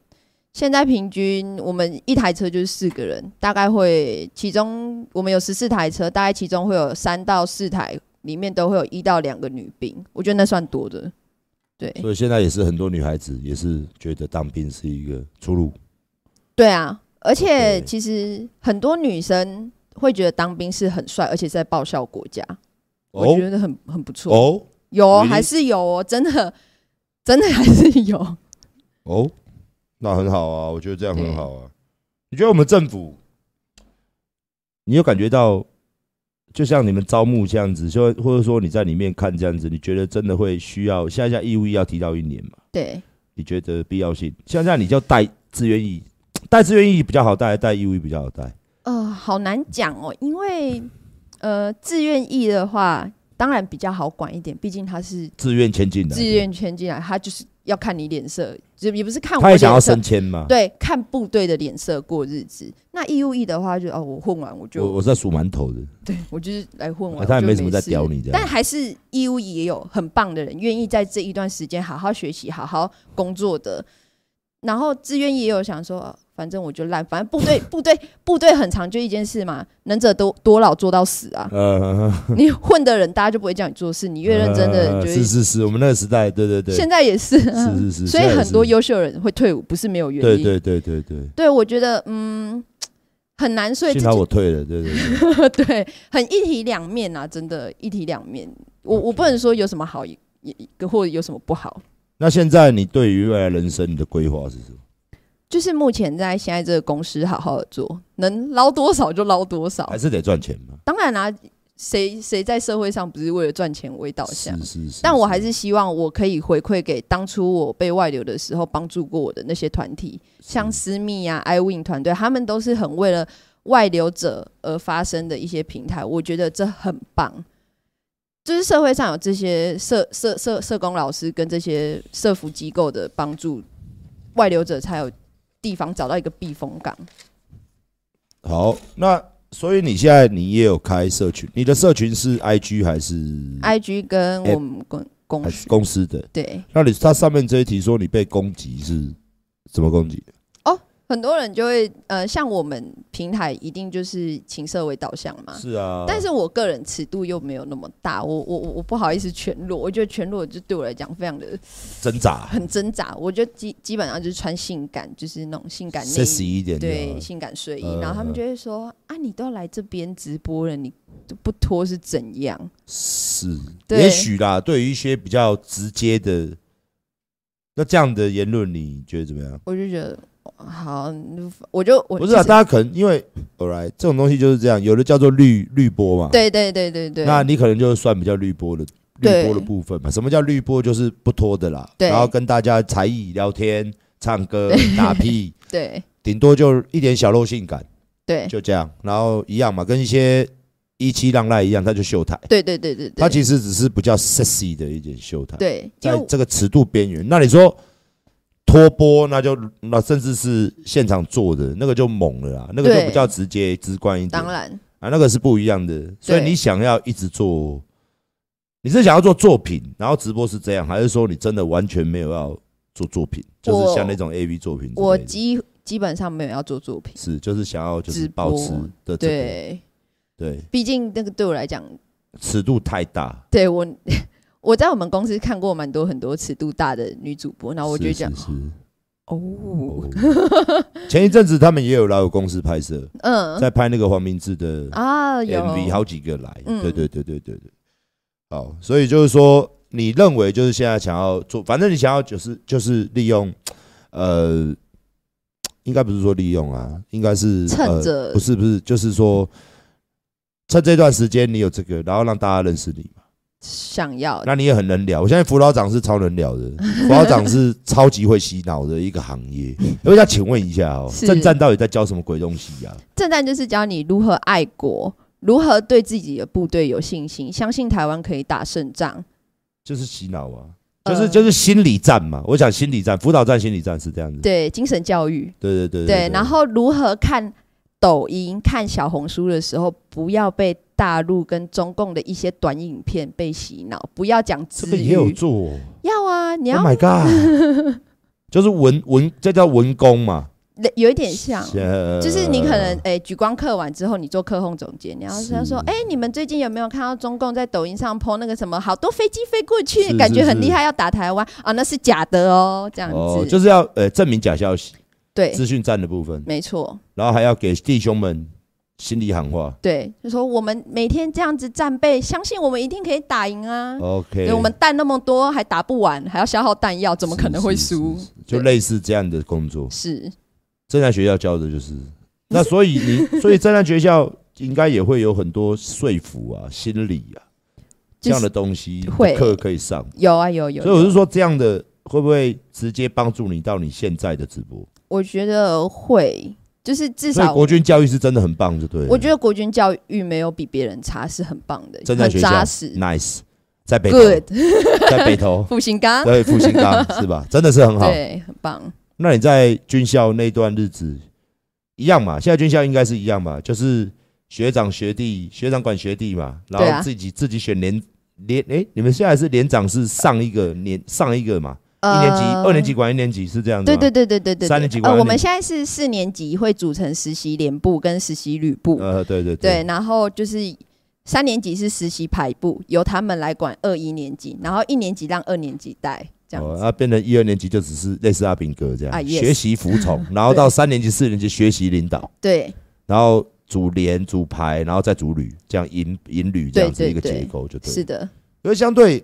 S1: 现在平均我们一台车就是四个人，大概会其中我们有十四台车，大概其中会有三到四台里面都会有一到两个女兵，我觉得那算多的。对
S2: 所以现在也是很多女孩子也是觉得当兵是一个出路，
S1: 对啊，而且
S2: OK
S1: 其实很多女生会觉得当兵是很帅，而且是在报效国家，
S2: 哦
S1: 我觉得很很不错。
S2: 哦，
S1: 有哦
S2: Really？
S1: 还是有哦，真的真的还是有。
S2: 哦，那很好啊，我觉得这样很好啊。你觉得我们政府，你有感觉到，就像你们招募这样子，就或者说你在里面看这样子，你觉得真的会需要下一下义务役要提到一年吗？
S1: 对，
S2: 你觉得必要性？像这样你叫带志愿役，带志愿役比较好带，还是带义务役比较好带？
S1: 呃，好难讲哦，因为呃，志愿役的话，当然比较好管一点，毕竟他是
S2: 自愿签进来，
S1: 志愿圈进来，他就是要看你脸色，就也不是看我
S2: 他也
S1: 脸色，
S2: 想要升迁嘛。
S1: 对，看部队的脸色过日子。那义务役的话就，哦，我混完我就
S2: 我我是在数馒头的，
S1: 对我就是来混完、
S2: 啊他也
S1: 我就
S2: 没
S1: 没
S2: 什么在
S1: 事
S2: 屌你这样！
S1: 但还是义务役也有很棒的人，愿意在这一段时间好好学习、好好工作的。然后志愿役也有想说，啊反正我就烂，反正部队 部队部队很长，就一件事嘛，能者多多劳做到死啊
S2: 呃，
S1: 你混的人，大家就不会叫你做事，你越认真的人
S2: 呃
S1: 就 会。
S2: 是是是，我们那个时代，对对对，
S1: 现在也是、啊，
S2: 是是是
S1: 所以
S2: 现在也
S1: 很多
S2: 是
S1: 优秀人会退伍，不是没有原因。
S2: 对对对对对，
S1: 对，我觉得嗯很难，所以自
S2: 幸
S1: 己
S2: 好我退了，对对对。
S1: 对很一体两面啊，真的，一体两面。我我不能说有什么好，也也或者有什么不好，
S2: 那现在你对于未来人生你的规划是什么？
S1: 就是目前在现在这个公司好好的做，能捞多少就捞多少
S2: 还。是得赚钱嘛？
S1: 当然啦、谁谁在社会上不是为了赚钱为导向？
S2: 是是是。
S1: 但我还是希望我可以回馈给当初我被外流的时候帮助过我的那些团体，像思密啊、iWin 团队，他们都是很为了外流者而发声的一些平台，我觉得这很棒。就是社会上有这些社社社社工老师跟这些社服机构的帮助，外流者才有地方找到一个避风港。
S2: 好，那所以你现在你也有开社群，你的社群是 IG 还是
S1: IG 跟
S2: 哎
S1: 我们公公
S2: 还是公司的？
S1: 对
S2: 那你它上面这一题说你被攻击是怎么攻击？
S1: 很多人就会呃，像我们平台一定就是情色为导向嘛，
S2: 是啊，
S1: 但是我个人尺度又没有那么大，我我我我不好意思全裸，我觉得全裸就对我来讲非常的
S2: 挣扎
S1: 很挣扎。我觉得基基本上就是穿性感，就是那种性感内
S2: ，sexy
S1: 衣，
S2: 一点就好
S1: 对，性感睡衣，
S2: 嗯
S1: 然后他们就会说啊，你都来这边直播了，你都不脱是怎样？
S2: 是，
S1: 对
S2: 也许啦，对于一些比较直接的，那这样的言论，你觉得怎么样？
S1: 我就觉得哇好，我就我
S2: 不是啊，
S1: 其实
S2: 大家可能因为 a l right 这种东西就是这样，有的叫做绿绿波嘛，，
S1: 对对对对对，
S2: 那你可能就算比较绿波的绿
S1: 对
S2: 波的部分嘛。什么叫绿波？就是不脱的啦，
S1: 对
S2: 然后跟大家才艺聊天、唱歌、打屁，
S1: 对
S2: 顶多就一点小肉性感，
S1: 对
S2: 就这样，然后一样嘛，跟一些一期浪赖一样，他就秀台，
S1: 对对对对对，
S2: 他其实只是比较 sexy 的一点秀台，
S1: 对，因
S2: 在
S1: 为
S2: 这个尺度边缘。那你说脱播，那就那甚至是现场做的那个就猛了啊啦，那个就
S1: 对
S2: 比较直接直观一点。
S1: 当然
S2: 啊，那个是不一样的。所以
S1: 对
S2: 你想要一直做，你是想要做作品，然后直播是这样，还是说你真的完全没有要做作品，就是
S1: 我
S2: 像那种 A V 作品之类的？
S1: 我基基本上没有要做作品，
S2: 是就是想要就是
S1: 直播
S2: 保持的这个
S1: 对，
S2: 对
S1: 毕竟那个对我来讲。
S2: 尺度太大，
S1: 对我，我在我们公司看过蛮多很多尺度大的女主播，然后我就讲
S2: 是 是是
S1: 哦，
S2: 哦前一阵子他们也有来我公司拍摄，
S1: 嗯
S2: 在拍那个黄明志的
S1: 啊有
S2: MV 好几个来，
S1: 嗯
S2: 对对对对对对。好，所以就是说，你认为就是现在想要做，反正你想要就是就是利用，呃，应该不是说利用啊，应该是
S1: 趁着
S2: 呃不是不是，就是说趁这段时间你有这个，然后让大家认识你嘛。
S1: 想要
S2: 那你也很能聊，我现在辅导长是超能 聊的，辅导长是超级会洗脑的一个行 业。哎我想请问一下哦，
S1: 是
S2: 正战到底在教什么鬼东西啊？
S1: 正战就是教你如何爱国，如何对自己的部队有信心，相信台湾可以打胜
S2: 嗯
S1: 仗。
S2: 就是洗脑啊，就
S1: 呃
S2: 是、就是心理战嘛。我讲心理战，辅导战、心理战是这样子。
S1: 对精神教育，
S2: 对对对
S1: 对，然后如何看抖音、看小红书的时候，不要被大陆跟中共的一些短影片被洗脑，不要讲
S2: 这
S1: 词
S2: 个
S1: 语，
S2: 也有做、哦。
S1: 要啊，你
S2: Oh
S1: 要
S2: my god！就 是文文，这叫文工嘛？
S1: 有一点像，
S2: 呃
S1: 就是你可能诶、举光课完之后，你做课后总结，你要
S2: 是
S1: 是要说，诶，你们最近有没有看到中共在抖音上 po 那个什么好多飞机飞过去，
S2: 是
S1: 感觉
S2: 是
S1: 很
S2: 是
S1: 厉害，要打台湾啊？那是假的哦，这样子，
S2: 哦，就是要呃证明假消息、
S1: 对，
S2: 资讯战的部分，
S1: 没错，
S2: 然后还要给弟兄们心里喊话。
S1: 对，就说我们每天这样子战备，相信我们一定可以打赢啊。
S2: OK，
S1: 对，我们弹那么多还打不完，还要消耗弹药，怎么可能会
S2: 是是
S1: 输？
S2: 就类似这样的工作，
S1: 是
S2: 正在学校教的就是。那所以你， 所以正在学校应该也会有很多说服啊、心理啊这
S1: 就
S2: 样
S1: 是
S2: 的东西的
S1: 会
S2: 课可以上。
S1: 有啊有有。
S2: 所以我
S1: 有
S2: 是说，这样的会不会直接帮助你到你现在的直播？
S1: 我觉得会，就是至
S2: 所以
S1: 少
S2: 国军教育是真的很棒，就对了。
S1: 我觉得国军教育没有比别人差，是很棒的，
S2: 正在
S1: 很
S2: 学校
S1: 扎实
S2: nice，在北投，
S1: ，good，，
S2: 在北投
S1: 复兴刚，
S2: 对复 兴岗是吧？真的是很好。
S1: 对，很棒。
S2: 那你在军校那段日子一样嘛？现在军校应该是一样嘛？就是学长学弟，学长管学弟嘛，然
S1: 对
S2: 后
S1: 啊
S2: 自己、自己选连连诶，你们现在是连长是上一个年上一个嘛？
S1: 呃
S2: 一年级、二年级管一年级是这样子
S1: 对
S2: 吗？
S1: 对对对对对，
S2: 三年级管
S1: 呃，
S2: 二
S1: 我
S2: 年
S1: 们
S2: 级
S1: 现在是四年级会组成实习连部跟实习旅部，
S2: 呃对对
S1: 对，然后就是三年级是实习排部，由他们来管二一年级，然后一年级让二年级带这样
S2: 哦，
S1: 子。
S2: 那、变成一二年级就只是类似阿炳哥这样、
S1: 啊，yes
S2: 学习服 从，然后到三年级、四年级学习领导，
S1: 对
S2: 然后组连、组排，然后再组旅，这样营营旅这样子
S1: 对对
S2: 一个
S1: 对
S2: 结构就对了。
S1: 是的，
S2: 因为相对，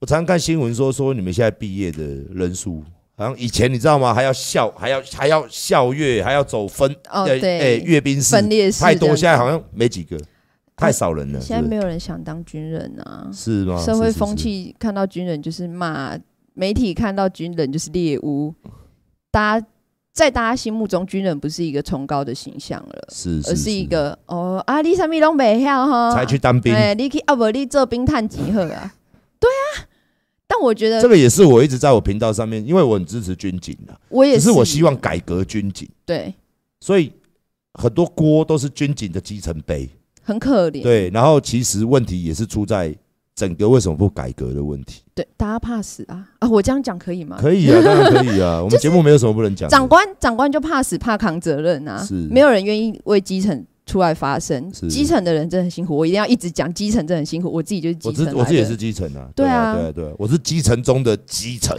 S2: 我常看新闻说说你们现在毕业的人数，好像以前你知道吗？还要校，还要还要校阅，还要走分，
S1: 哦
S2: 呃
S1: 对
S2: 呃阅兵式
S1: 分裂式
S2: 太多，
S1: 这样子
S2: 现在好像没几个，太少人了，
S1: 现在
S2: 是不
S1: 没
S2: 是
S1: 有人想当军人啊，
S2: 是吗？
S1: 社
S2: 是
S1: 会
S2: 是
S1: 风
S2: 是
S1: 气看到军人就是骂，媒体看到军人就是猎物，大家在大家心目中军人不是一个崇高的形象了。
S2: 是
S1: 而是一个哦，啊，你什么拢袂晓哈，
S2: 才去当兵，
S1: 哎，你去啊不，你做兵探几好啊？对啊，但我觉
S2: 这
S1: 得
S2: 个也是我一直在我频道上面，因为我很支持军警的，
S1: 我也
S2: 只
S1: 是，
S2: 是我希望改革军警，
S1: 对，
S2: 所以很多锅都是军警的基层背。
S1: 很可怜，
S2: 对，然后其实问题也是出在整个为什么不改革的问题。
S1: 对，大家怕死啊啊！我这样讲可以吗？
S2: 可以啊，当然可以啊，我们节目没有什么不能讲的。
S1: 长官，长官就怕死，怕扛责任啊
S2: 是，
S1: 没有人愿意为基层出来发声，
S2: 是
S1: 基层的人真的很辛苦，我一定要一直讲基层真的很辛苦，我自己就是基
S2: 我
S1: 层
S2: 自
S1: 来的，
S2: 我自己也是基层啊，对
S1: 对啊
S2: 啊，对啊，对啊，我是基层中的基层，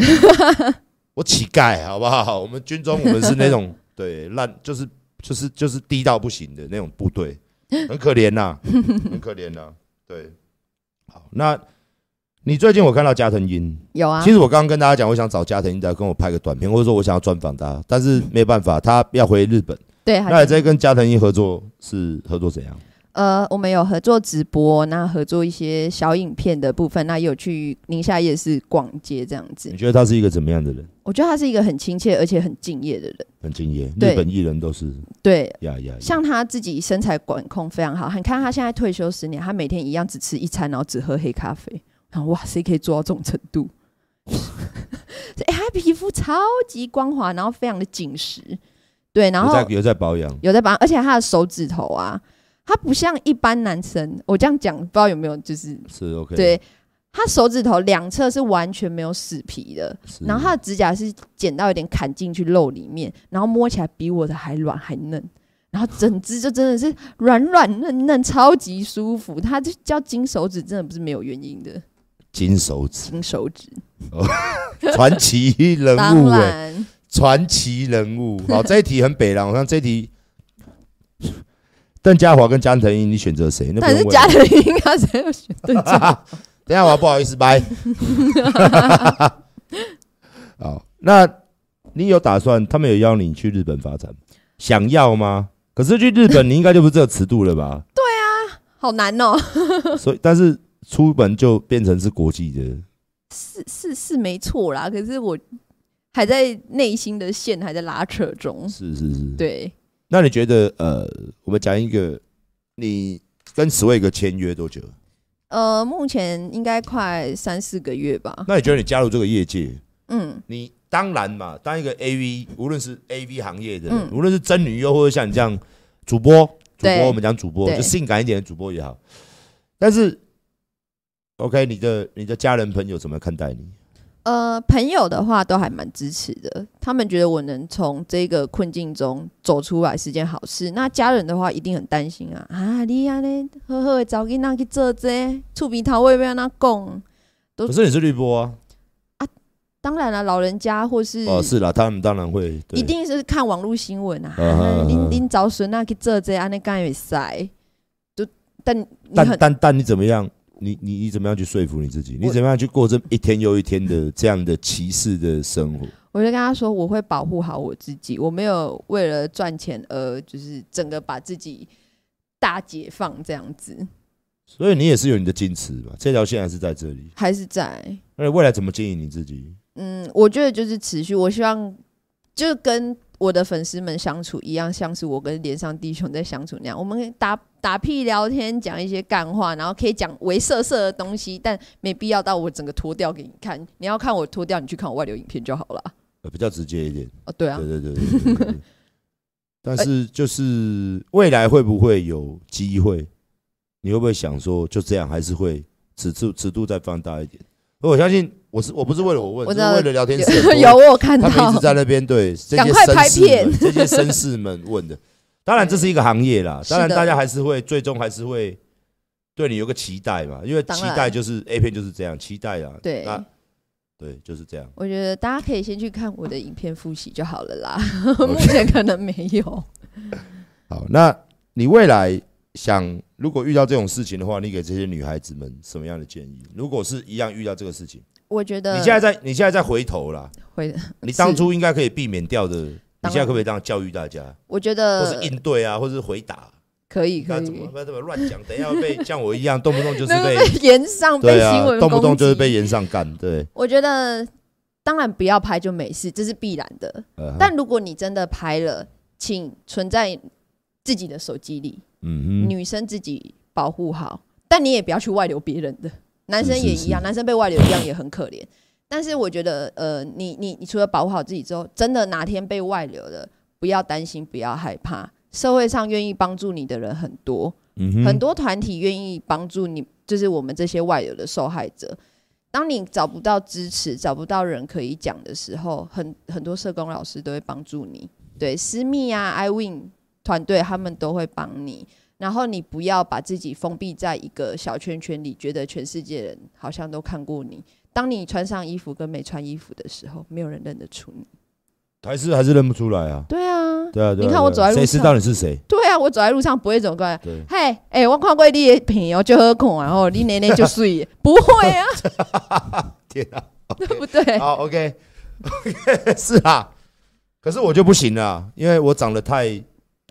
S2: 我乞丐，好不好？我们军中我们是 那种对烂，就是就是就是低到不行的那种部队，很可怜 呐，很可怜呐，对。好，那你最近我看到加藤鹰，
S1: 有啊
S2: 其，实我刚刚跟大家讲，我想找加藤鹰来跟我拍个短片，或者说我想要专访他，但是没有办法，他要回日本。
S1: 对，还
S2: 那你在跟加藤鹰合作是合作怎样？
S1: 呃，我们有合作直播，那合作一些小影片的部分，那也有去宁夏夜市逛街这样子
S2: 你。觉得他是一个怎么样的人？
S1: 我觉得他是一个很亲切而且很敬业的人。
S2: 很敬业，
S1: 对
S2: 日本艺人都是
S1: 对，
S2: 呀呀，呀
S1: 像他自己身材管控非常好，你看他现在退休十年，他每天一样只吃一餐，然后只喝黑咖啡。然后哇，谁可以做到这种程度？ 哎、他皮肤超级光滑，然后非常的紧实。对，然
S2: 有
S1: 后
S2: 在有在保养，
S1: 有在帮，而且他的手指头啊，他不像一般男生。我这样讲，不知道有没有就是
S2: 是 OK，，
S1: 对，他手指头两侧是完全没有死皮的，
S2: 是
S1: 然后他的指甲是剪到有点砍进去肉里面，然后摸起来比我的还软还嫩，然后整只就真的是软软嫩嫩，超级舒服。他就叫金手指，真的不是没有原因的，
S2: 金手指，
S1: 金手指。
S2: 传奇人
S1: 当
S2: 物哎，
S1: 然，
S2: 传奇人物。好，这一题很北狼，我看这一题，邓家华跟加藤鹰，你选择谁？那不
S1: 但
S2: 用
S1: 是
S2: 问
S1: 家人应该谁要选对
S2: 等一下我不好意思拜。 好，那你有打算？他们有邀你去日本发展吗，想要吗？可是去日本，你应该就不是这个尺度了吧？
S1: 好难哦、
S2: 所以，但是出门就变成是国际的，
S1: 是是是没错啦，可是我还在内心的线还在拉扯中。
S2: 是是是。
S1: 对，
S2: 那你觉得，呃，我们讲一个，你跟 Swag 签约多久？
S1: 呃，目前应该快三四个月吧。
S2: 那你觉得你加入这个业界，
S1: 嗯，
S2: 你当然嘛，当一个 AV，无论是 AV 行业的人，
S1: 嗯
S2: 无论是真女优，或者像你这样主播，主
S1: 对
S2: 播我们讲主播，
S1: 对
S2: 就性感一点的主播也好，但是。OK，你的你的家人朋友怎么看待你？
S1: 呃，朋友的话都还蛮支持的，他们觉得我能从这个困境中走出来是件好事。那家人的话一定很担心啊，啊，你安尼好好的找囡仔去做这个，厝边头尾要安怎么讲？
S2: 可是你是绿波啊，
S1: 当然了，老人家或是
S2: 哦，是啦，他们当然会，
S1: 嗯
S2: 对
S1: 一定是看网络新闻啊
S2: 啊哈啊哈，
S1: 您您找孙那去做这安尼干也塞，就但你
S2: 但
S1: 很
S2: 但但你怎么样？你你你怎么样去说服你自己？你怎么样去过这一天又一天的这样的歧视的生活？
S1: 我就跟他说，我会保护好我自己，我没有为了赚钱而就是整个把自己大解放这样子，
S2: 所以你也是有你的矜持吧？这条线还是在这里。
S1: 还是在
S2: 那未来怎么经营你自己？
S1: 嗯，我觉得就是持续，我希望就跟我的粉丝们相处一样，像是我跟连上弟兄在相处那样，我们打打屁聊天，讲一些干话，然后可以讲为色色的东西，但没必要到我整个脱掉给你看。你要看我脱掉，你去看我外流影片就好了。
S2: 呃，比较直接一点。
S1: 哦，对啊
S2: 对，对对对对对对但是就是未来会不会有机会？你会不会想说就这样，还是会尺度尺度再放大一点？我相信我是我不是为了我问，
S1: 我
S2: 是
S1: 知道
S2: 为了聊天室很多
S1: 有我有看
S2: 他们
S1: 到
S2: 一直，在那边对这
S1: 赶
S2: 些
S1: 快拍
S2: 绅士
S1: 片
S2: 们、这些绅士们问的。当然，这是一个行业啦，
S1: 是的
S2: 当然大家还是会最终还是会对你有个期待嘛，因为
S1: 当
S2: 期
S1: 然
S2: 待就是 A 片就是这样，期待啊，
S1: 对
S2: 那对就是这样。
S1: 我觉得大家可以先去看我的影片复习就好了 啦。
S2: OK
S1: 目前可能没有。
S2: 好，那你未来想如果遇到这种事情的话，你给这些女孩子们什么样的建议？如果是一样遇到这个事情，
S1: 我觉得
S2: 你现在在你现在在回头啦，
S1: 会，
S2: 你当初应该可以避免掉的，你
S1: 当然呃
S2: 现在可不可以这样教育大家，
S1: 我觉
S2: 或
S1: 得
S2: 是应对啊，或是回答？
S1: 可以可
S2: 那怎
S1: 以
S2: 么，不要这么乱讲？等一下会被像我一样，动不动就是
S1: 那
S2: 被
S1: 个被延上被
S2: 对
S1: 新
S2: 啊
S1: 闻，
S2: 动不动就是
S1: 攻击
S2: 被延上干。对，
S1: 我觉得当然不要拍就没事，这是必然的。
S2: 呃
S1: 但如果你真的拍了，请存在自己的手机里，
S2: 嗯哼，
S1: 女生自己保护好，但你也不要去外流别人的。男生
S2: 是是
S1: 也一样，
S2: 是
S1: 男生被外流一样也很可怜。但是我觉得，呃，你你你除了保护好自己之后，真的哪天被外流了，不要担心，不要害怕。社会上愿意帮助你的人很多，
S2: 嗯哼，
S1: 很多团体愿意帮助你，就是我们这些外流的受害者。当你找不到支持、找不到人可以讲的时候，很很多社工老师都会帮助你。对，私密啊、iWin 团队他们都会帮你。然后你不要把自己封闭在一个小圈圈里，觉得全世界人好像都看过你。当你穿上衣服跟没穿衣服的时候，没有人认得出你。
S2: 还是还是认不出来啊。
S1: 对啊，
S2: 对啊，对
S1: 你
S2: 啊
S1: 看我
S2: 对啊
S1: 走在路
S2: 谁知
S1: 上
S2: 道你是谁？
S1: 对啊，我走在路上不会走过来，
S2: 对，
S1: 嘿，哎、我看过你的片哦，就好看啊，哦，你奶奶就水 的，不会啊，
S2: 天啊，
S1: 对不对？
S2: 好，OK，是啊。可是我就不行了，因为我长得太……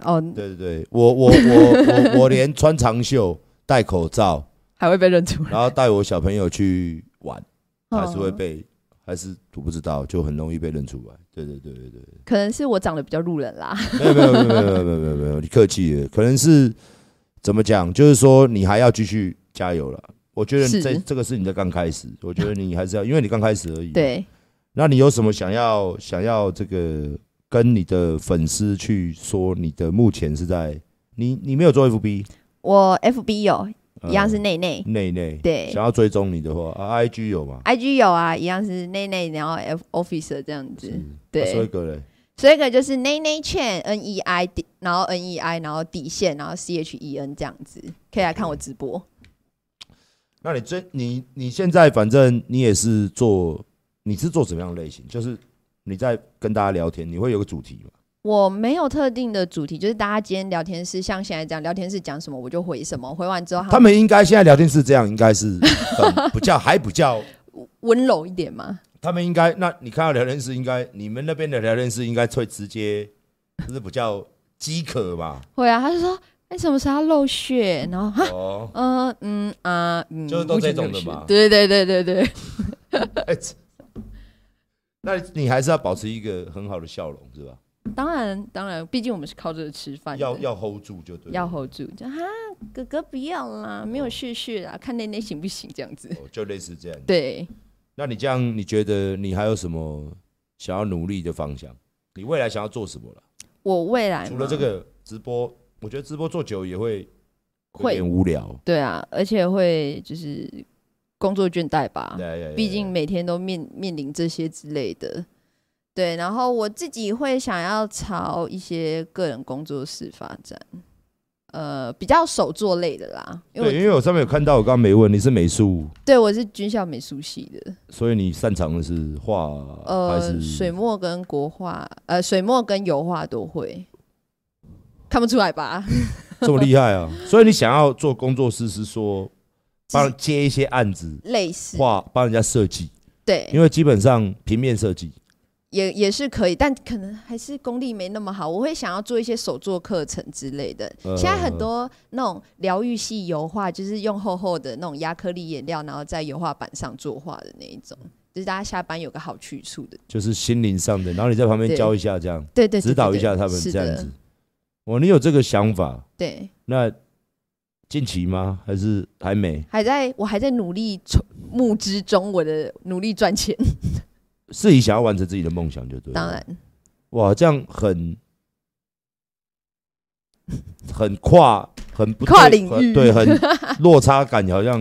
S1: 哦，
S2: 对对对，我我我我我连穿长袖、戴口罩，
S1: 还会被认出来，
S2: 然后带我小朋友去玩，还是会
S1: 哦，
S2: 被，还是我不知道，就很容易被认出来。对对对对对。
S1: 可能是我长得比较路人啦，
S2: 没有没有没有没有没有没有没有没有，你客气了，可能是怎么讲，就是说你还要继续加油了。我觉得
S1: 是
S2: 这这个是你的刚开始，我觉得你还是要，因为你刚开始而已。。
S1: 对，
S2: 那你有什么想要想要这个跟你的粉丝去说？你的目前是在你你没有做 FB，
S1: 我 FB 有，一样是
S2: 呃
S1: 内内、
S2: 内内。
S1: 对
S2: 想要追踪你的话、啊、，IG 有吗？
S1: i g 有啊，一样是内内，然后 F Officer 这样子，
S2: 啊说
S1: 对，
S2: 一个嘞。
S1: 所以一个就是内内券 N E I 底，然后 N E I，然后底线，然后 C H E N 这样子，可以来看我直播。
S2: 那你最你你现在反正你也是做，你是做什么样的类型？就是你在跟大家聊天，你会有个主题嘛？
S1: 我没有特定的主题，就是大家今天聊天室像现在这样，聊天室讲什么我就回什么，回完之后
S2: 他们应该现在聊天是这样，应该是很不叫还不叫，
S1: 温柔一点嘛。
S2: 他们应该那你看到聊天室应该你们那边的聊天室应该会直接就是比较饥渴嘛？
S1: 会啊，他就说：“哎、什么时候要漏血？”然后哈，
S2: 哦，
S1: 嗯嗯啊，嗯，
S2: 就是都这种的
S1: 目前没有
S2: 嘛
S1: 血对对对对对，
S2: 哎这那你还是要保持一个很好的笑容是吧？
S1: 当然当然，毕竟我们是靠这个吃饭的，
S2: 要要 hold 住就对了，
S1: 啊要 hold 住，就哈哥哥不要啦，没有血血啦，看内内行不行这样子。
S2: 哦就类似这样。
S1: 对，
S2: 那你这样，你觉得你还有什么想要努力的方向？你未来想要做什么了？
S1: 我未来
S2: 除了
S1: 嘛
S2: 这，个直播，我觉得直播做久也会有
S1: 会
S2: 点无聊。
S1: 对啊，而且会就是工作倦怠吧，
S2: 对对对
S1: 啊毕竟每天都面面临这些之类的。对，然后我自己会想要朝一些个人工作室发展，呃比较手作类的啦，因
S2: 对，
S1: 为
S2: 因为我上面有看到，我刚刚没问你是美术，
S1: 我对我是军校美术系的，
S2: 所以你擅长的是画、哦还
S1: 呃，
S2: 是
S1: 水墨跟国画，呃，水墨跟油画都会，看不出来吧？
S2: 这么厉害啊？所以你想要做工作室，是说帮接一些案子，
S1: 类似，
S2: 画帮人家设计，
S1: 对，
S2: 因为基本上平面设计
S1: 也也是可以，但可能还是功力没那么好。我会想要做一些手作课程之类的。
S2: 呃
S1: 现在很多那种疗愈系油画，就是用厚厚的那种亚克力颜料，然后在油画板上作画的那一种，
S2: 嗯
S1: 就是大家下班有个好去处的。
S2: 就是心灵上的，然后你在旁边
S1: 对
S2: 教一下，这样
S1: 对对对
S2: 指导一下他们这样子。哦，你有这个想法，
S1: 对，
S2: 那近期吗？还是还没？
S1: 还在我还在努力从募资中，我的努力赚钱。
S2: 自己想要完成自己的梦想就对了。
S1: 当，然，
S2: 哇，这样很很跨，很不对
S1: 跨领域
S2: 对，很落差感，好像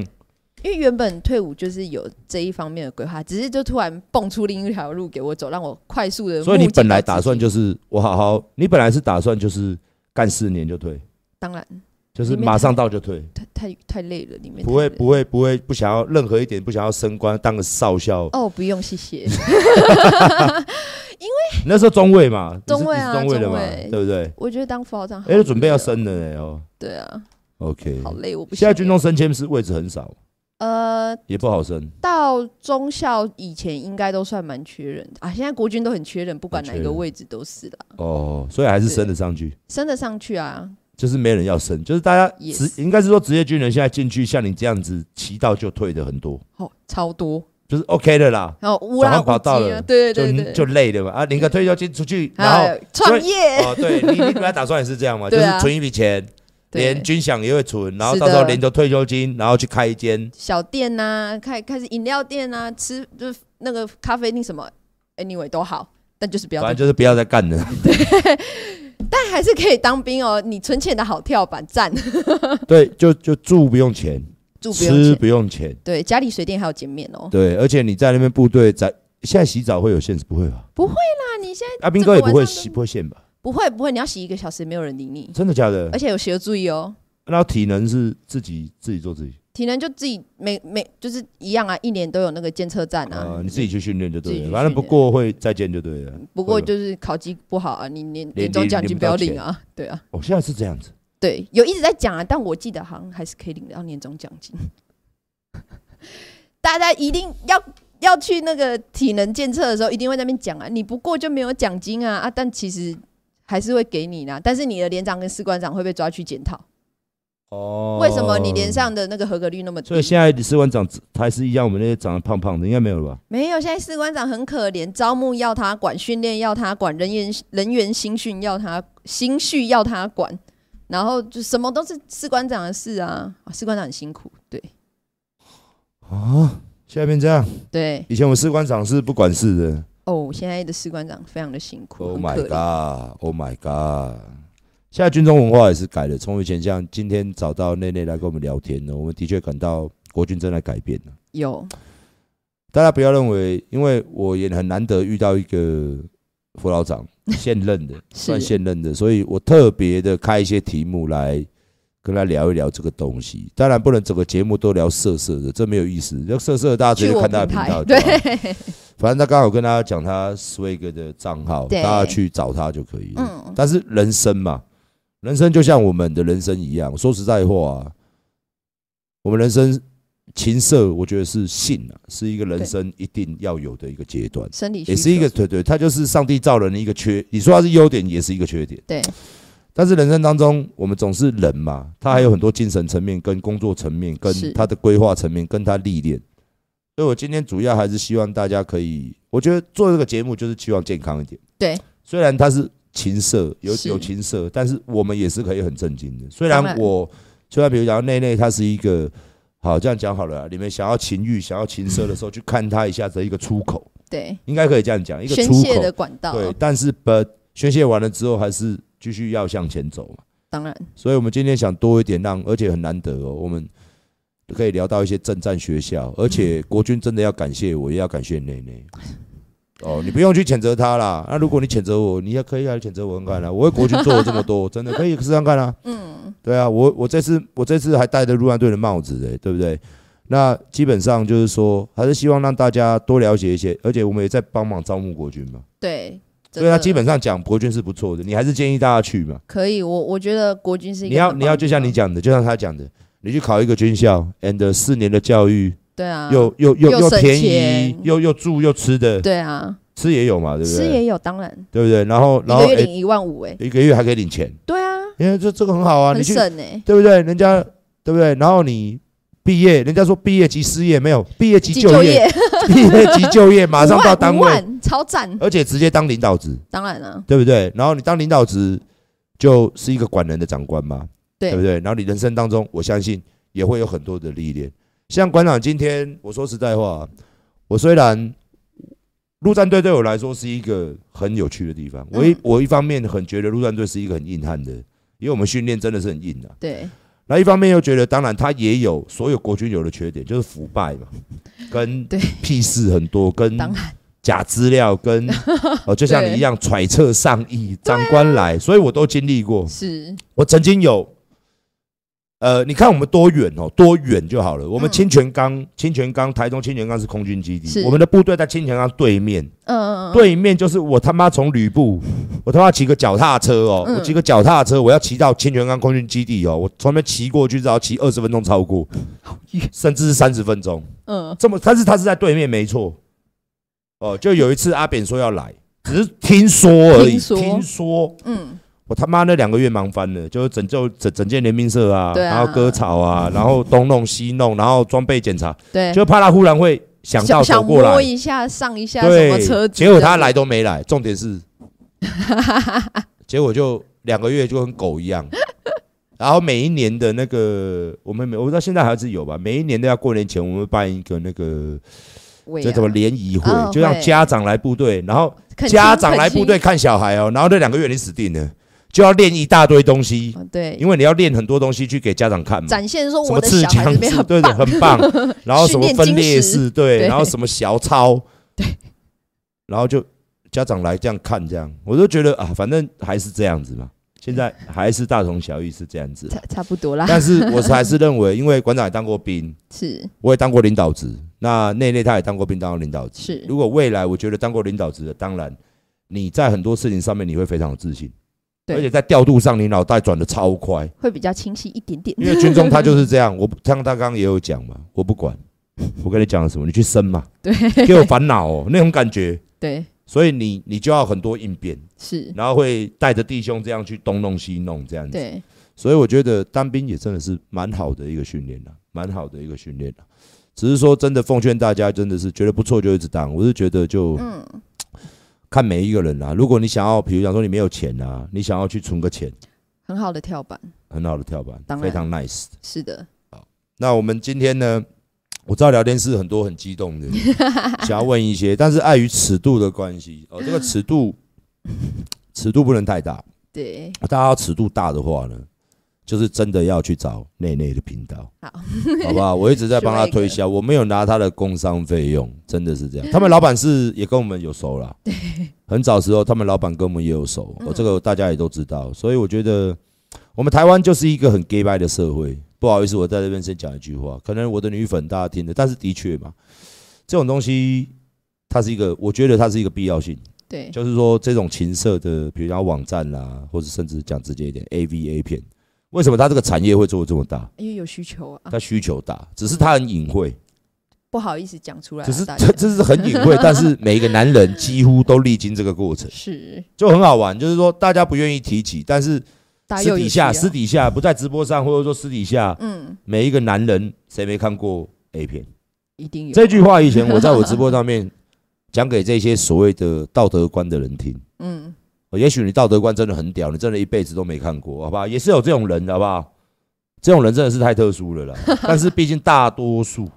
S1: 因为原本退伍就是有这一方面的规划，只是就突然蹦出另一条路给我走，让我快速的。
S2: 所以你本来打算就是我好好，你本来是打算就是干四年就退，
S1: 当然
S2: 就是马上到就退，
S1: 太太太累了，里面
S2: 不会
S1: 太累了
S2: 不会不会不想要任何一点不想要升官当个少校，
S1: 哦，不用谢 谢。
S2: 你那时候中尉嘛，你是
S1: 中尉啊
S2: 你是中尉的嘛
S1: 中尉，
S2: 对不对？
S1: 我觉得当副校长好
S2: 哎，准备要
S1: 累哦，
S2: 升了哎哦
S1: 对啊，
S2: ，OK，
S1: 好累，我不
S2: 现在
S1: 想
S2: 军中升迁是位置很少，
S1: 呃，
S2: 也不好升，
S1: 到中校以前应该都算蛮缺人的啊，现在国军都很缺人，不管
S2: 很缺
S1: 哪个
S2: 人
S1: 位置都是啦，
S2: 哦，所以还是升得上去，
S1: 升得上去啊，
S2: 就是没人要升，就是大家
S1: Yes
S2: 职应该是说职业军人现在进去像你这样子骑到就退的很多，
S1: 哦，超多，
S2: 就是 OK 的啦，
S1: 然后乌拉
S2: 转换跑
S1: 乌
S2: 道
S1: 鸡啊，
S2: 了
S1: 对对
S2: 就
S1: 对，
S2: 就累了嘛啊，领个退休金出去，然
S1: 还
S2: 后
S1: 有创业，
S2: 哦，对你，你本来打算也是这 样嘛，就
S1: 对
S2: 是
S1: 啊
S2: 存一笔钱，
S1: 对
S2: 连军饷也会存，然后
S1: 是
S2: 到时候
S1: 的
S2: 连着退休金，然后去开一间，
S1: 小店呐、开开始饮料店呐、吃就是那个咖啡厅什么，anyway 都好，但就是不要
S2: 反
S1: 再
S2: 正，就是不要再干了。
S1: 但还是可以当兵哦，你存钱的好跳板，赞，
S2: 对，就就住不用钱，
S1: 住不用
S2: 吃
S1: 钱，
S2: 不用钱，
S1: 对，家里水电还有减免哦，
S2: 对，而且你在那边部队在现在洗澡会有限制不会吧？
S1: 那你现在
S2: 阿斌哥也不
S1: 哎这个
S2: 会
S1: 晚上
S2: 洗
S1: 都
S2: 不会限吧？
S1: 不会不会，你要洗一个小时，没有人理你，
S2: 真的假的
S1: 而？且有学注意哦。
S2: 然后体能是自己自己做自己
S1: 体能就自己每每就是一样啊，一年都有那个监测站啊
S2: 啊，。你自己去训练就
S1: 自己
S2: 对
S1: 去
S2: 了，反正
S1: 训
S2: 不
S1: 练
S2: 过会再见就对了。
S1: 不过就是考绩不好啊，你年
S2: 连
S1: 年终奖金不要
S2: 领
S1: 领啊。对啊，
S2: 我哦现在是这样子，
S1: 对，有一直在讲啊，但我记得好像还是可以领到年终奖金。大家一定要要去那个体能监测的时候，一定会在那边讲啊，你不过就没有奖金啊啊！但其实还是会给你啦，但是你的连长跟士官长会被抓去检讨，
S2: 哦
S1: 为什么你连？上的那个合格率那么低？
S2: 所以现在士官长还是一样，我们那些长得胖胖的，应该没有了吧？
S1: 没有，现在士官长很可怜，招募要他管，训练要他管，人员人员新训要他新训要他管，然后就什么都是士官长的事啊。啊士官长很辛苦，对
S2: 啊，现在变这样。
S1: 对
S2: 以前我们士官长是不管事的。
S1: 哦，现在的士官长非常的辛苦
S2: Oh
S1: 很
S2: my
S1: 可怜。
S2: god! Oh my god! 现在军中文化也是改了，从以前像今天找到内内来跟我们聊天呢，我们的确感到国军正在改变了。
S1: 有
S2: 大家不要认为，因为我也很难得遇到一个副老长现任的，
S1: 是
S2: 算现任的，所以我特别的开一些题目来跟他聊一聊这个东西。当然不能整个节目都聊色色的，这没有意思。要色色的，大家直
S1: 去
S2: 接
S1: 我
S2: 看他的频
S1: 平台
S2: 道，就好了。
S1: 对，
S2: 反正他刚好跟大家讲他 Swag 的账号，大
S1: 对
S2: 家去找他就可以了。
S1: 嗯，
S2: 但是人生嘛，人生就像我们的人生一样，说实在话、啊，我们人生情色，我觉得是性啊，是一个人生一定要有的一个阶段，
S1: 生理需
S2: 也是一个
S1: 求
S2: 对对，它就是上帝造人的一个缺。你说它是优点，也是一个缺点。
S1: 对
S2: 但是人生当中，我们总是人嘛，他还有很多精神层面、跟工作层面、跟
S1: 是
S2: 他的规划层面、跟他历练。所以我今天主要还是希望大家可以，我觉得做这个节目就是希望健康一点。
S1: 对，
S2: 虽然它是情色，有
S1: 是
S2: 有情色，但是我们也是可以很正经的。虽
S1: 当
S2: 然
S1: 然
S2: 我虽然比如讲内内，他是一个好这样讲好了啊，你们想要情欲、想要情色的时候，去看他一下子一个出口，
S1: 对
S2: 应该可以这样讲，一个
S1: 宣
S2: 出
S1: 泄的
S2: 口。
S1: 管道，
S2: 对，但是 but 宣泄完了之后，还是继续要向前走嘛。
S1: 当然
S2: 所以我们今天想多一点让，而且很难得哦，我们可以聊到一些正战学校，而且国军真的要感谢我，也要感谢内内。哦，你不用去谴责他啦。那如果你谴责我，你也可以来谴责我看看啦、我为国军做了这么多，真的可以试试看啊。嗯，对啊，我我这次我这次还戴着陆战队的帽子欸的，对不对？那基本上就是说，还是希望让大家多了解一些，而且我们也在帮忙招募国军嘛。
S1: 对，真
S2: 对啊，
S1: 的
S2: 基本上讲国军是不错的，你还是建议大家去嘛。
S1: 可以。我我觉得国军是一个
S2: 你要
S1: 很
S2: 你
S1: 棒
S2: 要
S1: 的
S2: 就像你
S1: 地方，
S2: 讲的，就像他讲的，你去考一个军校，and 四年的教育，
S1: 对啊，
S2: 又又又
S1: 又省
S2: 便宜
S1: 钱，
S2: 又又住又吃的，
S1: 对啊，
S2: 吃也有嘛，对不
S1: 吃
S2: 对？
S1: 也有，当然
S2: 对不对？然后
S1: 一
S2: 然后
S1: 个月
S2: 诶
S1: 领一万五，哎，
S2: 一个月还可以领钱，
S1: 对啊，
S2: 因为这这个很好啊，你
S1: 很
S2: 去
S1: 省哎，
S2: 对不对？人家对不对？然后你毕业，人家说毕业即失业，没有毕业即
S1: 即
S2: 就业，
S1: 业，
S2: 毕业即就业，马上到单
S1: 5
S2: 位，呃
S1: 万5万超赞，
S2: 而且直接当领导职，
S1: 当然啊，
S2: 对不对？然后你当领导职就是一个管人的长官嘛，
S1: 对
S2: 不对？然后你人生当中，我相信也会有很多的历练。像馆长今天，我说实在话，我虽然陆战队对我来说是一个很有趣的地方，我一、
S1: 嗯
S2: 我一方面很觉得陆战队是一个很硬汉的，因为我们训练真的是很硬的、啊。
S1: 对，
S2: 那一方面又觉得，当然他也有所有国军有的缺点，就是腐败 嘛，跟
S1: 对
S2: 屁事很多，跟
S1: 当然
S2: 假资 料，跟哦，就像你一样揣测上意，
S1: 啊
S2: 长官来，所以我都经历过。
S1: 是，
S2: 我曾经有，呃，你看我们多远哦，多远就好了。我们
S1: 嗯
S2: 清泉岗，清泉岗，台中清泉岗是空军基地，
S1: 是
S2: 我们的部队在清泉岗对面，
S1: 嗯，嗯，嗯
S2: 对面就是我他妈从 吕布，我他妈骑个脚踏车哦，
S1: 嗯
S2: 我骑个脚踏车，我要骑到清泉岗空军基地哦，我从那边骑过去，只要骑二十分钟超过，甚至是三十分钟，
S1: 嗯，
S2: 这么，但是他是在对面没错，哦，就有一次阿扁说要来，只是听说而已，
S1: 听说
S2: 听说
S1: 嗯，
S2: 我他妈那两个月忙翻了，就是拯救整整建联兵社啊，
S1: 对啊
S2: 然后割草啊，然后东弄西弄，然后装备检查，
S1: 对，
S2: 就怕他忽然会想到走
S1: 想
S2: 过来
S1: 摸，一下上一下什么车
S2: 对，
S1: 子，
S2: 结果 他来，都没来，重点是，结果就两个月就跟狗 一样。然后每一年的那个，我们每我不知道现在还是有吧。每一年都要过年前，我们办一个那个
S1: 喂
S2: 这
S1: 啊
S2: 什么联谊会
S1: 哦，
S2: 就让
S1: 会
S2: 家长来部队，然后
S1: 恳亲
S2: 家长来部，队
S1: 恳
S2: 看小孩哦，然后那两个月你死定了，就要练一大堆东西
S1: 亲，哦对，
S2: 因为你要练很多东西去给家长看嘛。
S1: 展现说
S2: 什
S1: 我
S2: 么
S1: 的
S2: 刺
S1: 小孩
S2: 枪
S1: 这边
S2: 术，
S1: 很
S2: 对的，很棒。 然后什么分裂式，对，
S1: 对
S2: 然后什么小抄，
S1: 对，
S2: 然后就家长来这样看，这样我就觉得啊，反正还是这样子嘛，现在还是大同小异是这样子。
S1: 差差不多啦，
S2: 但是我还是认为，因为馆长也当过兵，
S1: 是
S2: 我也当过领导职，那内内他也当过兵，当过领导职。
S1: 是
S2: 如果未来我觉得当过领导职的，当然你在很多事情上面你会非常有自信，
S1: 对
S2: 而且在调度上你脑袋转的超快。
S1: 会比较清晰一点点，
S2: 因为军中他就是这样，我不像他刚刚也有讲嘛，我不管，我跟你讲了什么，你去生 嘛，
S1: 对
S2: 给我烦恼哦，那种感觉，
S1: 对
S2: 所以你你就要很多应变，
S1: 是，
S2: 然后会带着弟兄这样去东弄西弄这样子，
S1: 对
S2: 所以我觉得当兵也真的是蛮好的一个训练了，啊蛮好的一个训练了，啊只是说真的奉劝大家，真的是觉得不错就一直当，我是觉得就
S1: 嗯
S2: 看每一个人啦、啊如果你想要，比如讲说你没有钱啊，你想要去存个钱，
S1: 很好的跳板，
S2: 很好的跳板
S1: 当，然
S2: 非常 nice。
S1: 是的，
S2: 那我们今天呢，我知道聊天室很多很激动的，想要问一些，但是碍于尺度的关系，哦，这个尺度尺度不能太大，
S1: 对，
S2: 大家要尺度大的话呢，就是真的要去找内内的频道，
S1: 好，
S2: 好不好？我一直在帮他
S1: 学会
S2: 推
S1: 一个
S2: 销，我没有拿他的工商费用，真的是这样。他们老板是也跟我们有熟啦，对，很早时候他们老板跟我们也有熟，哦，这个大家也都知道，所以我觉得我们台湾就是一个很 gay 拜的社会。不好意思，我在这边先讲一句话，可能我的女粉大家听的，但是的确嘛，这种东西它是一个，我觉得它是一个必要性。
S1: 对
S2: 就是说这种情色的，比如讲网站啦、或者甚至讲直接一点，A V A 片，为什么它这个产业会做得这么大？
S1: 因为有需求啊，
S2: 它需求大，只是它很隐晦，
S1: 不好意思讲出来啊，
S2: 只是
S1: 大
S2: 这
S1: 家
S2: 这是很隐晦，但是每一个男人几乎都历经这个过程，
S1: 是
S2: 就很好玩。就是说大家不愿意提起，但是
S1: 大家
S2: 私
S1: 又有
S2: 底
S1: 需要
S2: 下私底下不在直播上，或者说私底下，
S1: 嗯，
S2: 每一个男人谁没看过 A 片？
S1: 一定有
S2: 这句话以前我在我直播上面讲给这些所谓的道德观的人听。
S1: 嗯
S2: 哦也许你道德观真的很屌，你真的一辈子都没看过，好不好？也是有这种人的，好不好？这种人真的是太特殊 了啦。但是毕竟大多数